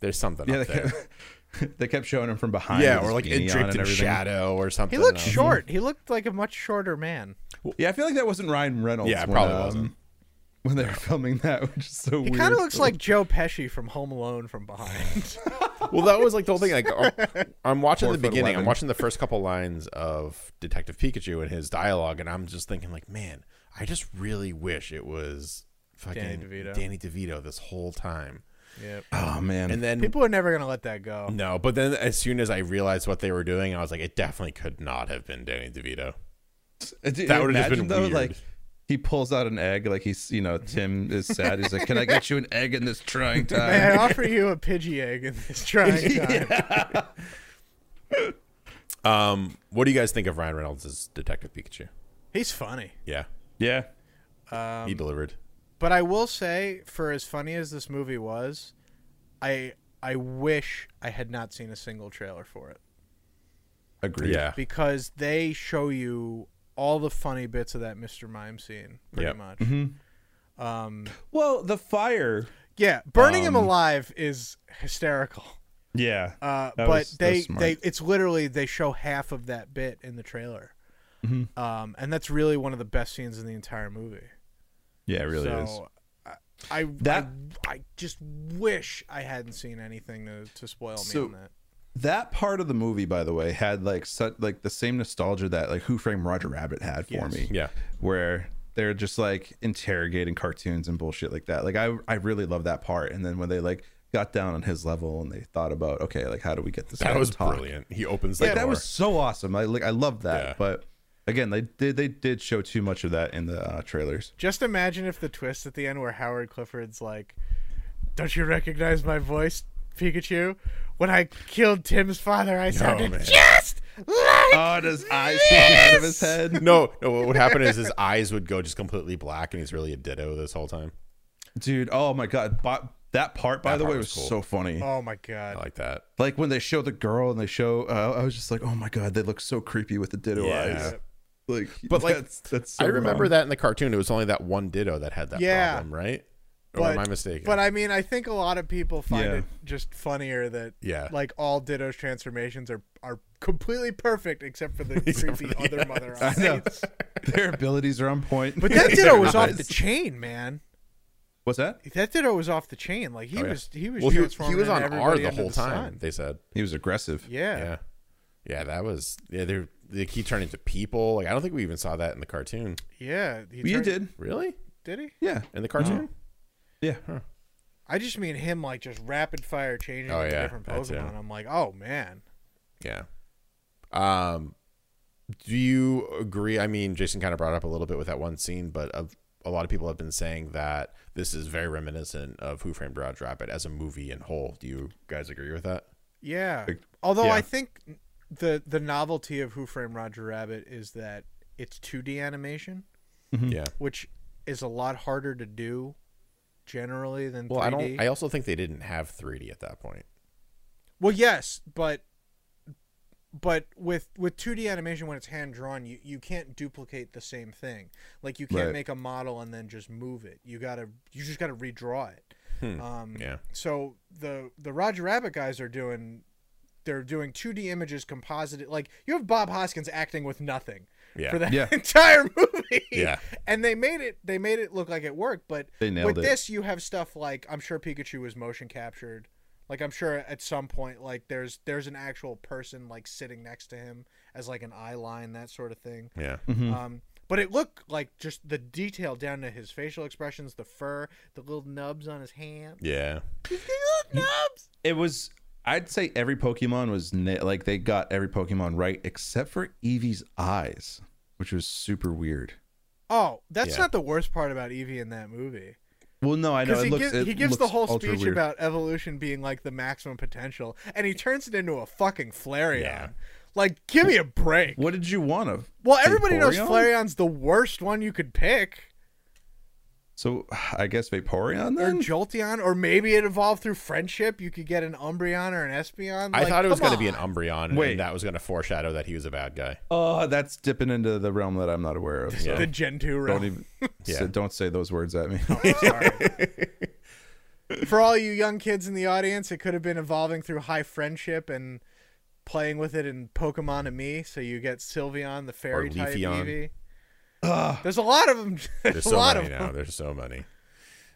B: "There's something
A: yeah,
B: up
A: they
B: there."
A: kept, they kept showing him from behind.
B: Yeah,
A: with
B: or
A: his
B: like
A: beanie
B: it
A: on
B: draped
A: and
B: in
A: everything.
B: shadow or something.
C: he looked
B: And I was-
C: short. He looked like a much shorter man.
A: Yeah, I feel like that wasn't Ryan Reynolds. um,
B: Yeah, it probably wasn't.
A: When they were filming that, which is so
C: He
A: weird.
C: kind of looks like Joe Pesci from Home Alone from behind.
B: Well, that was like the whole thing. Like I'm- I'm watching
A: Four
B: the
A: foot
B: beginning.
A: 11.
B: I'm watching the first couple lines of Detective Pikachu and his dialogue, and I'm just thinking, like, man, I just really wish it was fucking
C: Danny
B: Danny
C: DeVito.
B: DeVito, this whole time.
C: yep.
A: Oh man.
B: And then
C: People are never gonna let that go.
B: no, but then as soon as I realized what they were doing, I was like, it definitely could not have been Danny DeVito.
A: that
B: That would've just been weird.
A: Like, he pulls out an egg, like he's, you know, Tim is sad. He's like, "Can I get you an egg in this trying
C: May
A: time?"
C: I offer you a Pidgey egg in this trying time?
B: Um, what do you guys think of Ryan Reynolds as Detective Pikachu?
C: He's funny.
B: Yeah,
A: yeah, Um,
B: he delivered.
C: But I will say, for as funny as this movie was, I I wish I had not seen a single trailer for it.
A: agreed.
B: Yeah,
C: because they show you all the funny bits of that Mr. Mime scene, pretty
B: Yep.
C: much.
A: Mm-hmm. Well, the fire.
C: Yeah, burning him
A: Um,
C: alive is hysterical.
A: Yeah.
C: Uh,
A: That
C: but
A: was- that
C: they
A: was smart.
C: they it's literally they show half of that bit in the trailer,
A: Mm-hmm.
C: um, and that's really one of the best scenes in the entire movie.
A: yeah, it really is.
C: so I, I
A: That-
C: I, I just wish I hadn't seen anything to, to spoil me
A: So-
C: on that.
A: That part of the movie, by the way, had like such like the same nostalgia that like Who Framed Roger Rabbit had for
C: Yes.
A: me.
B: yeah.
A: where they're just like interrogating cartoons and bullshit like that. Like I I really love that part. And then when they like got down on his level and they thought about okay, like how do we get this? guy
B: That
A: to
B: was
A: talk?
B: brilliant. He opens the
A: Like that
B: door.
A: was so awesome. I like I love that.
B: Yeah.
A: But again, they did they did show too much of that in the uh, trailers.
C: Just imagine if the twist at the end where Howard Clifford's like, "Don't you recognize my voice, Pikachu? When I killed Tim's father, I sounded
B: man.
C: just like."
A: Oh, and his eyes yes! out of his head.
B: no, no. What would happen is his eyes would go just completely black, and he's really a ditto this whole time.
A: Dude, oh my god. Bo- that part, by
B: That
A: the
B: part
A: way, was
B: was cool.
A: so funny.
C: Oh my
B: I
C: god!
B: like that.
A: Like when they show the girl and they show, uh, I was just like, oh my god, they look so creepy with the ditto
B: Yeah.
A: eyes. Like,
B: But, like,
A: that's, that's so
B: I remember
A: wrong.
B: that in the cartoon. It was only that one ditto that had that
C: Yeah.
B: problem, right? Or
C: But-
B: am I mistaken?
C: But I mean, I think a lot of people find
A: Yeah.
C: it just funnier that
B: Yeah.
C: like all Ditto's transformations are are completely perfect except for the creepy other mother.
A: I know.
C: eyes.
A: Their abilities are on point.
C: But that Ditto was off
A: Nice.
C: the chain, man.
A: What's that?
C: That Ditto was off the chain. Like he
B: Oh, yeah.
C: was, he was
B: well, he, was-
C: transforming.
B: he was on
C: into
B: R
C: everybody
B: the
C: under
B: whole time.
C: sun.
B: They said,
A: He was aggressive.
B: yeah.
C: Yeah.
B: yeah, that was yeah. They're, they keep turning into people. Like I don't think we even saw that in the cartoon.
C: Yeah, he
A: You
C: turned-
A: did.
B: Really?
C: Did he?
A: Yeah.
B: In the cartoon?
A: Yeah.
C: I just mean him like just rapid fire changing
B: Oh,
C: into
B: yeah,
C: different
B: that too.
C: Pokemon. I'm like, oh man,
B: Yeah. Um, do you agree? I mean, Jason kind of brought up a little bit with that one scene, but of, a lot of people have been saying that this is very reminiscent of Who Framed Roger Rabbit as a movie in whole. Do you guys agree with that?
C: yeah.
A: Like,
C: Although I
A: yeah.
C: think the the novelty of Who Framed Roger Rabbit is that it's 2D animation,
B: Yeah.
C: which is a lot harder to do generally than
B: Well,
C: 3D.
B: I don't. I also think they didn't have 3D at that point.
C: Well, yes, but but with with 2D animation when it's hand drawn, you you can't duplicate the same thing. Like you can't
A: Right.
C: make a model and then just move it. You gotta you just gotta redraw it.
B: Hmm.
C: Um,
B: Yeah.
C: So the the Roger Rabbit guys are doing they're doing 2D images composited. Like you have Bob Hoskins acting with nothing
B: Yeah.
C: for that
A: Yeah.
C: entire movie.
B: Yeah.
C: And they made it they made it look like it worked, but
A: They
C: with
A: nailed it.
C: this you have stuff like I'm sure Pikachu was motion captured. Like I'm sure at some point like there's there's an actual person like sitting next to him as like an eye line that sort of thing.
B: Yeah.
A: Mhm.
C: Um, but it looked like just the detail down to his facial expressions, the fur, the little nubs on his hand.
B: Yeah.
A: It was. I'd say every Pokemon was na- like they got every Pokemon right except for Eevee's eyes, which was super weird.
C: Oh, that's
B: Yeah.
C: not the worst part about Eevee in that movie.
A: Well, no, I know
C: Because
A: it
C: he,
A: looks.
C: gives,
A: it
C: he gives the
A: looks
C: whole
A: ultra
C: speech
A: weird.
C: about evolution being like the maximum potential, and he turns it into a fucking Flareon.
B: Yeah.
C: Like, give me a break.
A: What did you want of?
C: Well,
A: a
C: everybody knows
A: Vaporeon?
C: Flareon's the worst one you could pick,
A: So I guess Vaporeon
C: or
A: then.
C: Jolteon, or maybe it evolved through friendship. You could get an Umbreon or an Espeon.
B: I
C: Like,
B: thought it was
C: come
B: going to be an
C: on.
B: Umbreon, and
A: Wait.
B: that was going to foreshadow that he was a bad guy.
A: Oh, that's dipping into the realm that I'm not aware of. So
C: The Gen 2 realm.
A: don't even.
B: Yeah.
A: so don't say those words at me.
C: For all you young kids in the audience, it could have been evolving through high friendship and playing with it in Pokemon and me. So you get Sylveon, the fairy type
B: Leafeon.
C: Eevee. There's a lot of them. There's,
B: There's
C: a
B: so
C: lot
B: many
C: of
B: now.
C: them.
B: There's so many.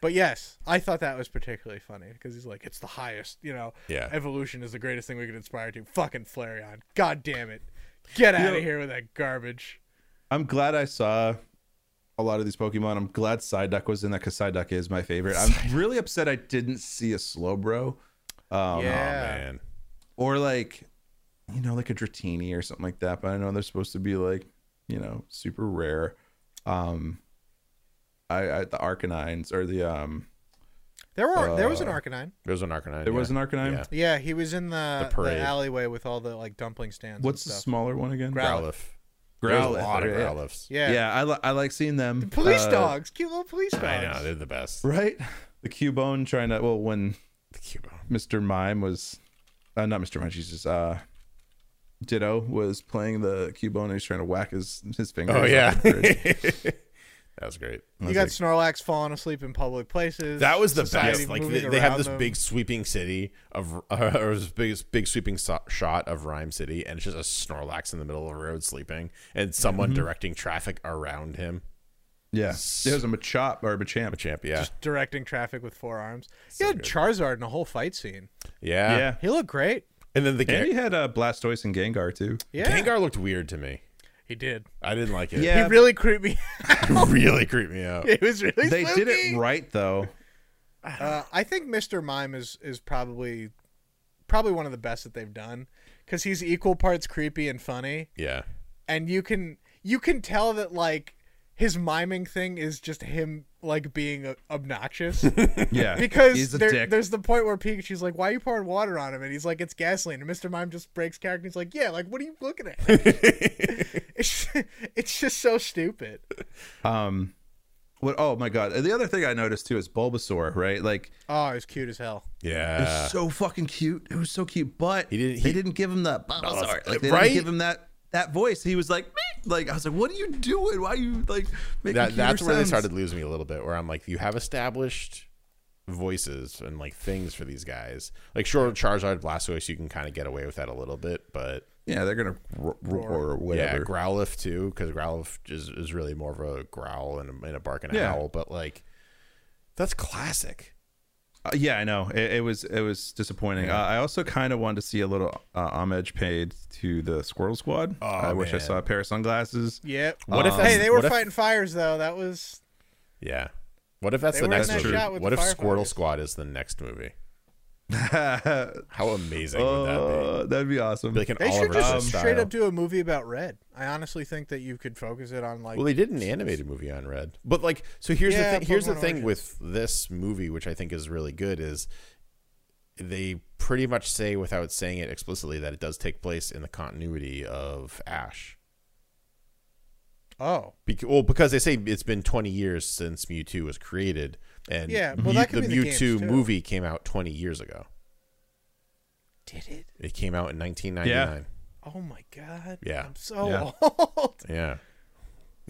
C: But yes, I thought that was particularly funny because he's like, it's the highest, you know,
B: Yeah.
C: evolution is the greatest thing we could aspire to. Fucking Flareon. God damn it. Get out
A: know-
C: of here with that garbage.
A: I'm glad I saw a lot of these Pokemon. I'm glad Psyduck was in that because Psyduck is my favorite. I'm really upset I didn't see a Slowbro um,
C: yeah.
B: Oh, Man.
A: or like, you know, like a Dratini or something like that. But I know they're supposed to be like, you know, super rare. Um, I, I the Arcanines or the um,
C: There were there
B: Uh,
C: was an Arcanine.
B: There's an Arcanine.
A: there was
B: yeah.
A: an Arcanine.
B: Yeah.
C: Yeah, he was in the,
B: The
C: the,
B: parade.
C: alleyway with all the like dumpling stands.
A: What's the
C: and stuff.
A: smaller one again?
C: Growlithe.
B: Growlithe. There's a
A: Growlithe,
B: lot of
A: yeah.
B: Growliths.
A: Yeah,
C: Yeah.
A: I, li- I like seeing them.
C: Police
A: uh,
C: dogs, cute little police dogs.
B: I know. They're the best.
A: right? The Cubone trying to well when
B: The Cubone.
A: Mr. Mime was, uh, not Mr. Mime, Jesus, uh, Ditto was playing the Cubone and he's trying to whack his his finger.
B: Oh, yeah.
A: I
B: that was great.
C: You got Snorlax falling asleep in public places.
B: That was the
C: society
B: best. Like they,
C: moving
B: they have
C: around
B: this
C: them.
B: big sweeping city of, uh, or this big, big sweeping so- shot of Rhyme City, and it's just a Snorlax in the middle of the road sleeping, and someone directing traffic around him.
A: yeah, it was a Machop or a Machamp.
B: Champ, yeah,
C: directing traffic with forearms. He had Charizard in a whole fight scene.
B: yeah,
A: Yeah,
C: He looked great.
B: And then the
A: and he
B: Ga-
A: had a Blastoise and Gengar too.
C: Yeah,
B: Gengar looked weird to me.
C: he did.
B: I didn't like it.
A: Yeah.
C: He really creeped me.
B: it really creeped me out.
C: it was really.
A: They did it
C: spooky.
A: right though.
C: Uh, I think Mr. Mime is is probably probably one of the best that they've done because he's equal parts creepy and funny.
B: Yeah,
C: and you can you can tell that like his miming thing is just him like being o- obnoxious
A: Yeah,
C: because
A: he's a
C: there,
A: dick.
C: there's the point where Pikachu's like, "Why are you pouring water on him?" and he's like, "It's gasoline." And Mr. Mime just breaks character. He's like, "Yeah, like what are you looking at?" it's it's just so stupid.
A: Um, what? Oh my god! And the other thing I noticed too is Bulbasaur. Right, like
C: Oh, it's cute as hell.
A: it was
B: yeah.
A: so fucking cute. It was so cute, but
B: Uh, He didn't-
A: they
B: he-
A: didn't give him that Bulbasaur. Like they
B: right?
A: didn't give him that that voice. He was like, "Meep." like I was like, what are you doing? Why are you like making
B: that,
A: cuter
B: that's where they
A: sounds?"
B: started losing me a little bit where i'm like you have established voices and like things for these guys like sure charizard blastoise you can kind of get away with that a little bit but
A: Yeah, they're gonna roar, roar or
B: yeah
A: whatever.
B: growlithe too because growlithe is, is really more of a growl and a, and a bark and a
A: Yeah.
B: howl but like that's classic
A: Uh, yeah, I know. It, it was it was disappointing. Uh, I also kind of wanted to see a little uh, homage paid to the Squirrel Squad.
B: Oh,
A: I wish I
B: man.
A: saw a pair of sunglasses.
C: Yep.
B: What if that's-
C: hey, they were
B: what if-
C: fighting fires though. That was
B: yeah what if that's
C: They
B: the
C: were in
B: next
A: that
B: movie
C: shot with
B: what
C: the
B: if squirtle
C: firefighters.
B: squad is the next movie
A: Uh,
B: how amazing would that
A: Oh, that'd be awesome.
B: be like an
C: Uh, they should
B: oliver
C: just
B: Twist
C: straight
B: style.
C: up do a movie about Red. I honestly think that you could focus it on like
B: Well, they did an animated movie on Red, but like, so here's
C: Yeah,
B: the thing. Here's the
C: Pokemon
B: thing with this movie, which I think is really good, is they pretty much say without saying it explicitly that it does take place in the continuity of Ash.
C: oh
B: Bec- well, because they say it's been 20 years since Mewtwo was created, and
C: Yeah, well, that could
B: the
C: be the games,
B: Mewtwo
C: too.
B: movie came out 20 years ago.
C: did it
B: It came out in 1999.
C: Oh my god.
B: Yeah.
C: I'm so
A: Yeah.
C: old.
B: Yeah.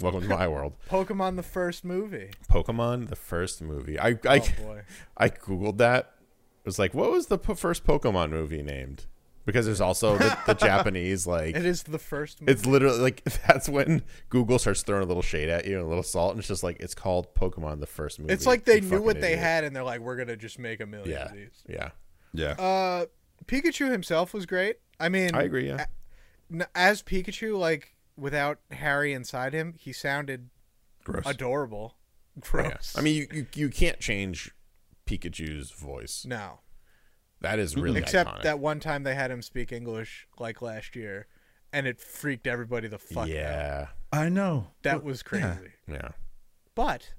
B: Welcome to my world.
C: Pokemon the first movie.
B: Pokemon, the first movie. I I,
C: Oh boy.
B: I googled that. It was like, what was the po- first Pokemon movie named? Because there's also the, the Japanese like
C: It is the first movie.
B: It's literally like that's when Google starts throwing a little shade at you and a little salt, and it's just like it's called Pokemon the first movie.
C: It's like they
B: You
C: knew
B: fucking
C: what they
B: idiot.
C: had and they're like, we're gonna just make a million
B: Yeah,
C: of these.
B: yeah.
A: Yeah.
C: Uh Pikachu himself was great. I mean
B: I agree. Yeah,
C: n- as Pikachu, like without Harry inside him, he sounded
A: Gross.
C: adorable.
B: Yeah.
C: Gross.
B: I mean, you, you you can't change Pikachu's voice.
C: no.
B: That is really
C: Except
B: iconic.
C: that one time they had him speak English like last year, and it freaked everybody the fuck out.
B: yeah,
A: I know.
C: That was crazy.
B: yeah.
C: But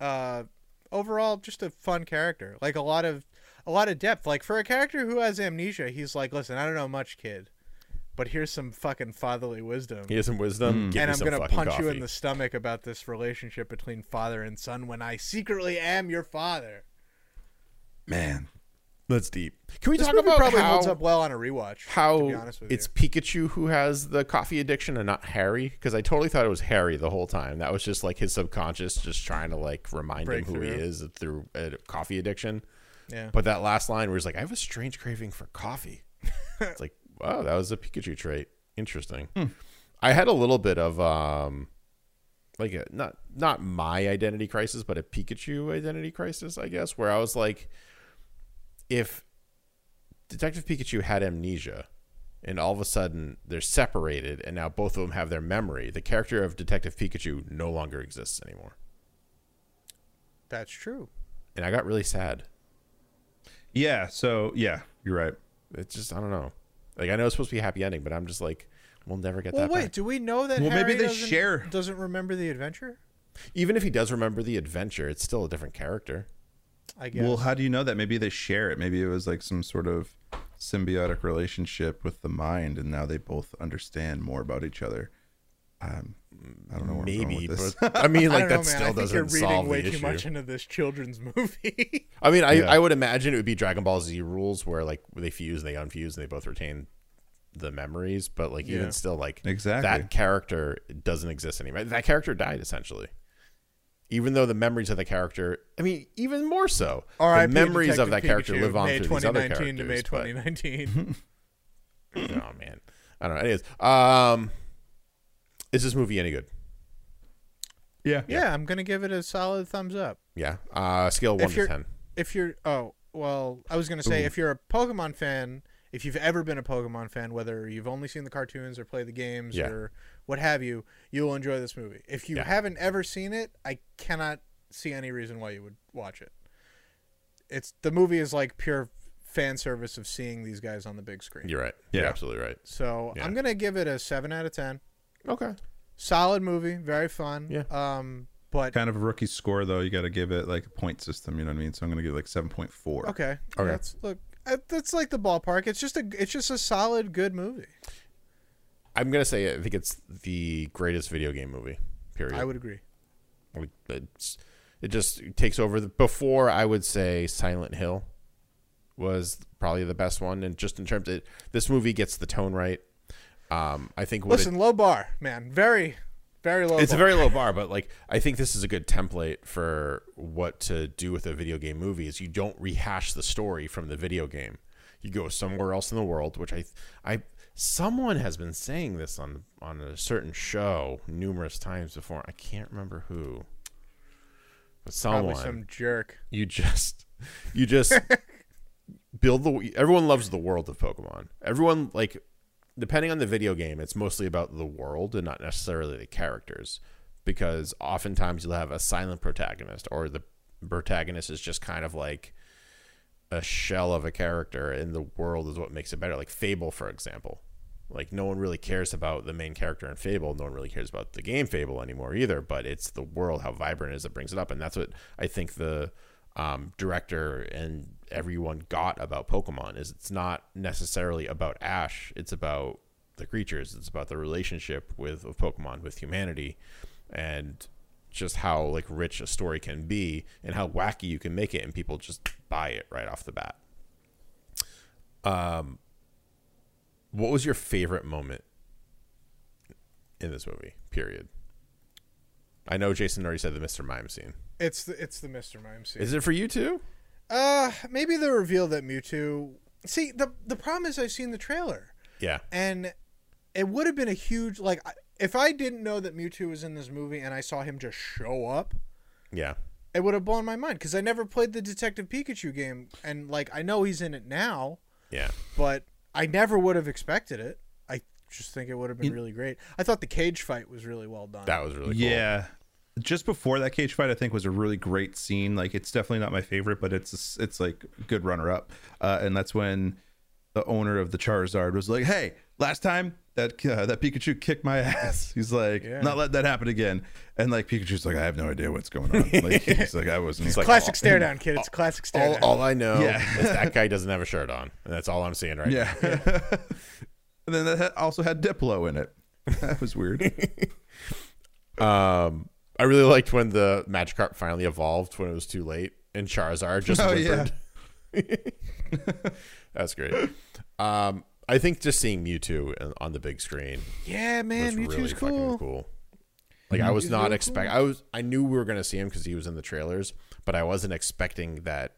C: uh overall just a fun character. Like a lot of a lot of depth. Like for a character who has amnesia, he's like, "Listen, I don't know much, kid, but here's some fucking fatherly wisdom."
B: He has some wisdom. Give
C: Mm. and
B: me
C: I'm
B: some
C: gonna
B: fucking
C: punch you
B: coffee.
C: in the stomach about this relationship between father and son when I secretly am your father.
A: Man.
B: That's deep. Can we
C: This
B: talk
C: movie
B: about
C: probably
B: how
C: holds up well on a rewatch. to be
B: how
C: honest with
B: it's
C: you.
B: Pikachu who has the coffee addiction and not Harry? Because I totally thought it was Harry the whole time. That was just like his subconscious just trying to like remind
C: Break
B: him who he
C: through.
B: is through a coffee addiction.
C: yeah.
B: But that last line where he's like, "I have a strange craving for coffee." it's like, wow, that was a Pikachu trait. Interesting. I had a little bit of um, like a, not not my identity crisis, but a Pikachu identity crisis, I guess, where I was like, if Detective Pikachu had amnesia. And all of a sudden, they're separated, and now both of them have their memory. The character of Detective Pikachu no longer exists anymore,
C: That's true.
B: and I got really sad.
A: Yeah. So yeah, you're right.
B: It's just I don't know. Like I know it's supposed to be a happy ending, but I'm just like we'll never get
C: Well,
B: that
C: wait.
B: back.
C: Do we know that?
A: Well, maybe
C: Harry
A: they
C: doesn't-
A: share.
C: Doesn't remember the adventure?
B: Even if he does remember the adventure, it's still a different character.
C: I guess.
A: Well, how do you know that? Maybe they share it. Maybe it was like some sort of symbiotic relationship with the mind, and now they both understand more about each other. Um, I don't know where I'm
B: Maybe,
A: going with this.
B: but I mean,
C: I
B: like
C: don't
B: that
C: know, man. I
B: still
C: think you're
B: doesn't
C: reading
B: solve
C: way
B: the
C: too
B: issue.
C: much into this children's movie.
B: I mean, I,
A: Yeah.
B: I would imagine it would be Dragon Ball Z rules where like they fuse and they unfuse and they both retain the memories, but like
C: Yeah.
B: even still, like
A: Exactly.
B: that character doesn't exist anymore. That character died essentially. Even though the memories of the character, I mean, even more so, the
C: R.I.P.
B: memories of
C: Detective
B: that character
C: Pikachu,
B: live on
C: May
B: through these other characters.
C: 2019 to May
B: but-
C: 2019.
B: oh man, I don't know. Anyways, um, is this movie any good?
A: yeah.
C: yeah, I'm gonna give it a solid thumbs up.
B: Yeah. Uh, scale one
C: If
B: to
C: you're-
B: ten.
C: If you're, oh, well, I was gonna say if you're a Pokemon fan, if you've ever been a Pokemon fan, whether you've only seen the cartoons or played the games
B: Yeah.
C: or what have you, you'll enjoy this movie. If you
B: Yeah.
C: haven't ever seen it, I cannot see any reason why you would watch it. It's the movie is like pure fan service of seeing these guys on the big screen.
B: You're right.
A: Yeah.
B: You're absolutely right.
C: So
B: Yeah.
C: I'm gonna give it a seven out of ten.
B: Okay.
C: Solid movie, very fun.
B: Yeah.
C: Um, but
A: Kind of a rookie score though. You got to give it like a point system. You know what I mean? So I'm gonna give it like seven point four.
C: okay,
B: Okay.
C: That's look, uh, that's like the ballpark. It's just a, it's just a solid good movie.
B: I'm gonna say I think it's the greatest video game movie. Period.
C: I would agree.
B: Like, it's- it just takes over. The, before I would say Silent Hill was probably the best one, and just in terms of this movie gets the tone right. Um, I think what it-
C: Listen, low bar, man. Very, very low.
B: it's a
C: bar.
B: very low bar, but like I think this is a good template for what to do with a video game movie. Is you don't rehash the story from the video game. You go somewhere else in the world, which I, I, someone has been saying this on on a certain show numerous times before. I can't remember who, but
C: probably
B: someone
C: some jerk.
B: you just you just build the everyone loves the world of pokemon everyone like depending on the video game it's mostly about the world and not necessarily the characters because oftentimes you'll have a silent protagonist or the protagonist is just kind of like a shell of a character and the world is what makes it better like fable for example like no one really cares about the main character in fable no one really cares about the game fable anymore either but it's the world how vibrant it is that brings it up and that's what i think the um, director and everyone got about pokemon is it's not necessarily about ash it's about the creatures it's about the relationship with of pokemon with humanity and just how like rich a story can be and how wacky you can make it and people just buy it right off the bat Um, What was your favorite moment in this movie? Period. I know Jason already said the Mr. Mime scene.
C: It's the it's the Mr. Mime scene.
B: Is it for you too?
C: Uh, maybe the reveal that Mewtwo. See, the the problem is I've seen the trailer,
B: Yeah.
C: and it would have been a huge like I- if I didn't know that Mewtwo was in this movie and I saw him just show up,
B: Yeah.
C: it would have blown my mind because I never played the Detective Pikachu game, and like I know he's in it now,
B: Yeah.
C: but I never would have expected it. I just think it would have been
A: In-
C: really great. I thought the cage fight was really well done.
B: That was really cool.
A: Yeah. Just before that cage fight, I think was a really great scene. Like it's definitely not my favorite, but it's it's like a good runner up. Uh, and that's when the owner of the Charizard was like, "Hey, last time that uh, that Pikachu kicked my ass." He's like,
C: Yeah.
A: "Not let that happen again." And like Pikachu's like, "I have no idea what's going on." Like he's like, "I wasn't."
B: It's
A: here."
B: like
C: classic
B: all-
C: stare down, kid. It's a classic stare
B: All,
C: down.
B: all I know
A: Yeah.
B: is that guy doesn't have a shirt on. And that's all I'm seeing right now.
A: yeah. and then that had- also had Diplo in it. That was weird.
B: Um, I really liked when the Magikarp finally evolved when it was too late, and Charizard just
A: Oh, yeah.
B: whimpered. That's great. Um, I think just seeing Mewtwo in- on the big screen
C: yeah, man,
B: was
C: Mewtwo's
B: really
C: cool.
B: fucking cool. Like I was
C: Mewtwo's
B: not
C: really
B: expect. I was. I knew we were gonna see him because he was in the trailers, but I wasn't expecting that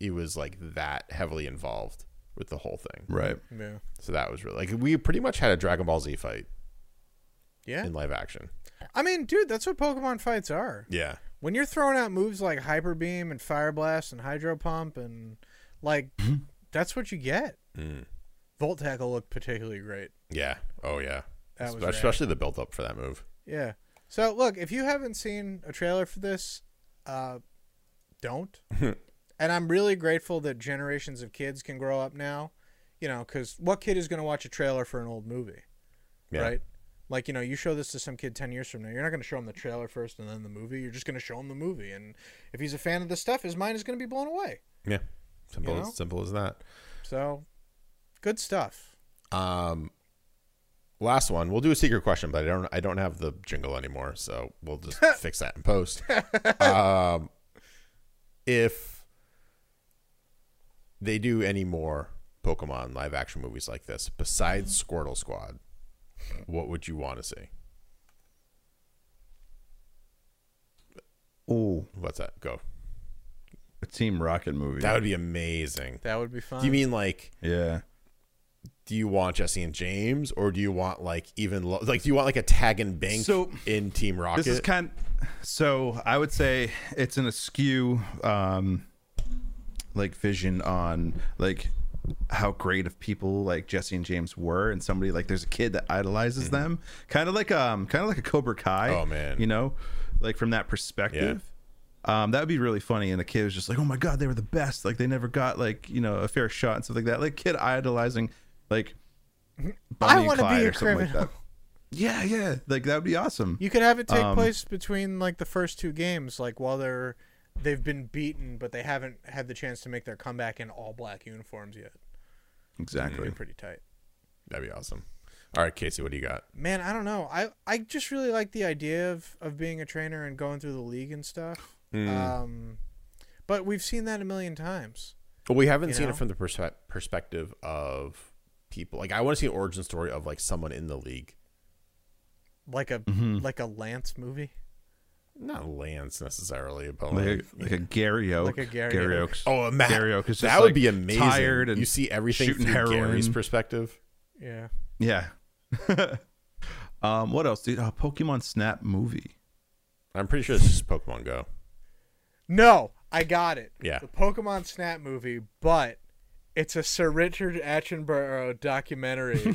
B: he was like that heavily involved with the whole thing.
A: right.
C: Yeah,
B: So that was really like we pretty much had a Dragon Ball Z fight
C: yeah.
B: in live action.
C: I mean, dude, that's what Pokemon fights are.
B: Yeah.
C: when you're throwing out moves like hyper beam and fire blast and hydro pump and like that's what you get
B: Mm-hmm. Mm.
C: volt tackle looked particularly great
B: Yeah. Oh yeah.
C: That was
B: Espe-
C: rad.
B: especially the build up for that move.
C: yeah so look if you haven't seen a trailer for this uh don't and i'm really grateful that generations of kids can grow up now you know because what kid is going to watch a trailer for an old movie
B: Yeah.
C: right like you know you show this to some kid 10 years from now you're not going to show him the trailer first and then the movie you're just going to show him the movie and if he's a fan of this stuff his mind is going to be blown away
B: Yeah. Simple
C: You know?
B: as simple as that.
C: So, good stuff.
B: Um last one. We'll do a secret question, but I don't I don't have the jingle anymore, so we'll just fix that in post. Um if they do any more Pokemon live action movies like this besides Squirtle Squad, what would you want to see?
A: Oh,
B: What's that? Go.
A: a Team Rocket movie.
B: That would be amazing.
C: That would be fun.
B: Do you mean like
A: yeah.
B: do you want Jesse and James, or do you want like even lo- like do you want like a tag and bank
A: So,
B: in Team Rocket?
A: This is kind. So I would say it's an askew, um, like vision on like how great of people like Jesse and James were, and somebody like there's a kid that idolizes them, kind of like um, kind of like a Cobra Kai.
B: Oh, man.
A: you know, like from that perspective. Um, that would be really funny, and the kid was just like, "Oh my god, they were the best! Like they never got like you know a fair shot and stuff like that." Like kid idolizing, like Bonnie and
C: wanna be
A: Clyde
C: a
A: or something like
C: criminal.
A: that. Yeah, yeah, like that would be awesome.
C: you could have it take
A: Um,
C: place between like the first two games, like while they're they've been beaten, but they haven't had the chance to make their comeback in all black uniforms yet.
A: Exactly.
C: They're pretty tight.
B: That'd be awesome. All right, Casey, what do you got?
C: Man, I don't know. I I just really like the idea of of being a trainer and going through the league and stuff. Um, but we've seen that a million times.
B: Well, we haven't
C: You
B: seen
C: know?
B: it from the perspe- perspective of people. Like, I want to see an origin story of like someone in the league.
C: Like a like a Lance movie.
B: Not Lance necessarily, but like,
A: like a, like a Gary Oak.
C: Like a Gary Oak.
A: Oak's.
B: oh, Matt,
A: Gary Oak is
B: that
A: just,
B: would
A: like,
B: be amazing.
A: tired and
B: you see everything
A: shooting
B: through Gary's
A: heroin.
B: perspective.
C: Yeah.
A: Yeah. um, what else, dude? Oh, Pokemon Snap movie.
B: I'm pretty sure it's just Pokemon Go.
C: No, I got it.
B: Yeah.
C: The Pokemon Snap movie, but it's a Sir Richard Attenborough documentary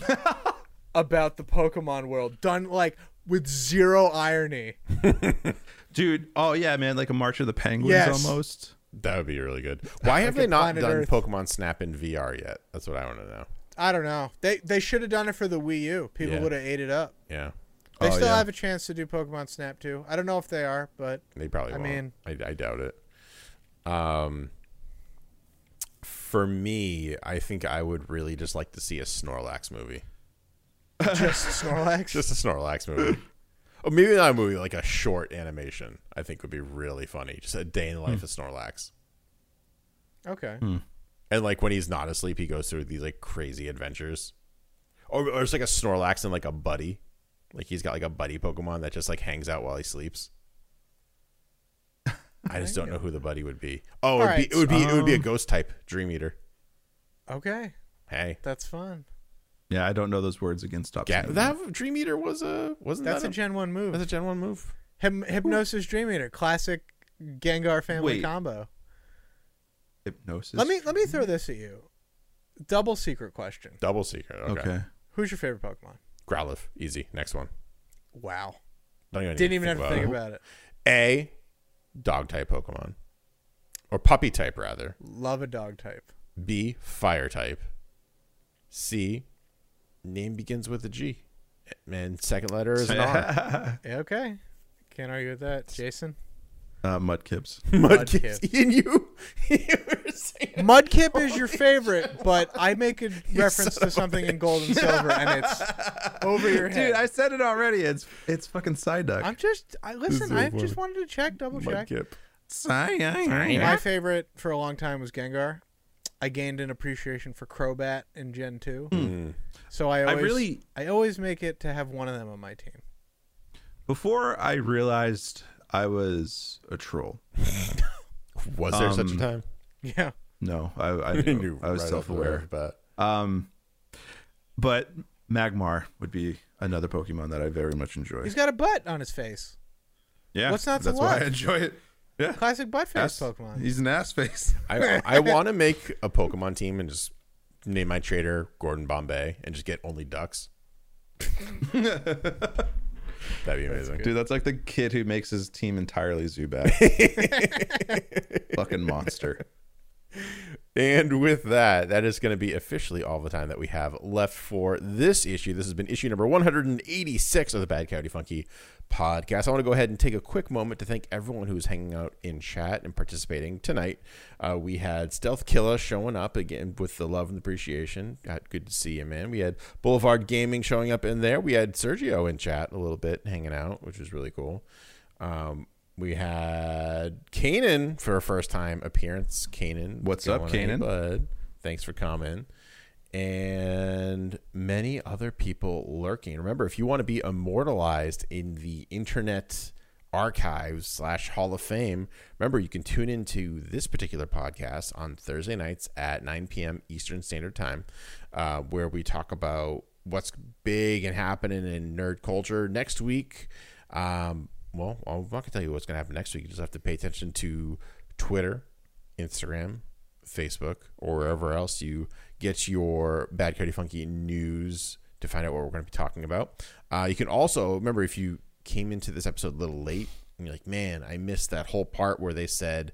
C: about the Pokemon world done like with zero irony.
A: Dude, oh yeah, man, like a March of the Penguins
C: Yes.
A: almost.
B: That would be really good. Why have they
C: a
B: not
C: planet
B: done
C: Earth.
B: Pokemon Snap in VR yet? That's what I want to know.
C: I don't know. They they should have done it for the Wii U. People
B: Yeah.
C: would have ate it up.
B: Yeah.
C: They
A: Oh,
C: still
A: yeah.
C: have a chance to do Pokemon Snap too. I don't know if they are, but
B: They probably.
C: I
B: won't.
C: mean-
B: I, I doubt it. Um, for me, I think I would really just like to see a Snorlax movie.
C: just Snorlax.
B: Just a Snorlax movie. or maybe not a movie, like a short animation. I think would be really funny. Just a day in the life of Snorlax,
C: okay.
B: and like when he's not asleep, he goes through these like crazy adventures. or, or it's like a Snorlax and like a buddy, like he's got like a buddy Pokemon that just like hangs out while he sleeps. I just don't know who the buddy would be. Oh, it'd
C: Alright,
B: be, it would be it would be a
A: um,
B: ghost type Dream Eater.
C: Okay,
B: Hey,
C: that's fun.
A: Yeah, I don't know those words again. Stop.
B: Ga-
A: saying them.
B: that Dream Eater was a wasn't
C: That's
B: that
C: a Gen One move.
B: that's a Gen One move.
C: Hyp- Hypnosis Dream Eater, classic Gengar family
A: Wait.
C: combo.
A: hypnosis.
C: Let me let me throw this at you. Double secret question.
B: Double Seeker. Okay.
A: Okay.
C: Who's your favorite Pokemon?
B: Growlithe, easy. Next one.
C: Wow.
B: Don't even
C: Didn't
B: need
C: even have to think about it.
B: A dog type Pokemon. Or puppy type rather.
C: Love a dog type.
B: B fire type. C name begins with a G. And second letter is an R.
C: Yeah, Okay. Can't argue with that. Jason?
A: Uh, Mudkips.
B: Mudkip. And you, you were saying
C: Mudkip is your favorite, but I make a reference to something in gold and silver and it's over your head.
A: Dude, I said it already. It's it's fucking Psyduck.
C: am just I listen,
B: is
C: I
B: funny.
C: just wanted to check, double check.
B: Mudkip.
A: Psyduck.
C: My favorite for a long time was Gengar. I gained an appreciation for Crobat in Gen 2.
B: Hmm.
C: So I
A: I
C: always
A: really-
C: I always make it to have one of them on my team.
A: Before I realized I was a troll.
B: Was there such a
A: Um,
B: time?
C: Yeah.
A: No, I I, knew. I was
B: right off the
A: self-aware.
B: rip, But
A: Um, but Magmar would be another Pokemon that I very much enjoy.
C: He's got a butt on his face.
A: yeah,
C: what's not to
A: That's why
C: love?
A: I enjoy it. Yeah,
C: Classic butt face
A: ass,
C: Pokemon.
A: He's an ass face.
B: I I want to make a Pokemon team and just name my trader Gordon Bombay and just get only ducks. That'd be amazing.
A: Dude, that's like the kid who makes his team entirely Zubat. Fucking monster.
B: And with that, that is going to be officially all the time that we have left for this issue. This has been issue number 186 of the Bad Coyote Funky podcast. I want to go ahead and take a quick moment to thank everyone who's hanging out in chat and participating tonight. Uh, we had Stealth Killer showing up again with the love and appreciation. God, good to see you, man. We had Boulevard Gaming showing up in there. We had Sergio in chat a little bit hanging out, which was really cool. Um, we had Kanan for a first time appearance. Kanan,
A: What's up,
B: going on,
A: Kanan?
B: Bud, thanks for coming. And many other people lurking. Remember, if you want to be immortalized in the internet archives slash Hall of Fame, remember you can tune into this particular podcast on Thursday nights at 9 p.m. Eastern Standard Time, uh, where we talk about what's big and happening in nerd culture. Next week, um, well, I'm not gonna tell you what's gonna happen next week. You just have to pay attention to Twitter, Instagram, Facebook, or wherever else you get your Bad Cody Funky news to find out what we're gonna be talking about. Uh, you can also remember if you came into this episode a little late and you're like, man, I missed that whole part where they said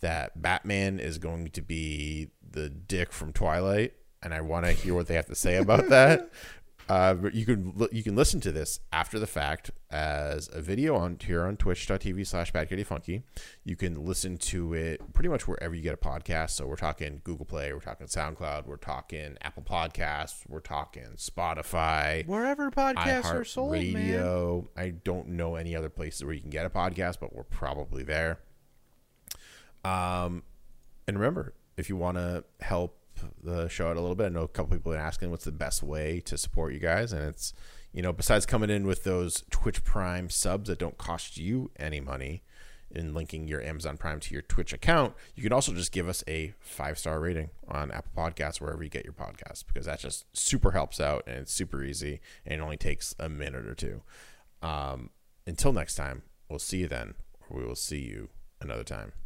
B: that Batman is going to be the dick from Twilight, and I want to hear what they have to say about that. Uh, but you can li- you can listen to this after the fact as a video on here on twitch.tv slash badkittyfunky. You can listen to it pretty much wherever you get a podcast. So we're talking Google Play, we're talking SoundCloud, we're talking Apple Podcasts, we're talking Spotify
C: Wherever podcasts are sold, man.
B: radio. I don't know any other places where you can get a podcast, but we're probably there. Um, and remember, if you want to help the show out a little bit, I know a couple people have been asking what's the best way to support you guys, and it's you know besides coming in with those Twitch Prime subs that don't cost you any money. And linking your Amazon Prime to your Twitch account, you can also just give us a five star rating on Apple Podcasts, wherever you get your podcasts, because that just super helps out and it's super easy and it only takes a minute or two. Um, until next time, we'll see you then, or we will see you another time.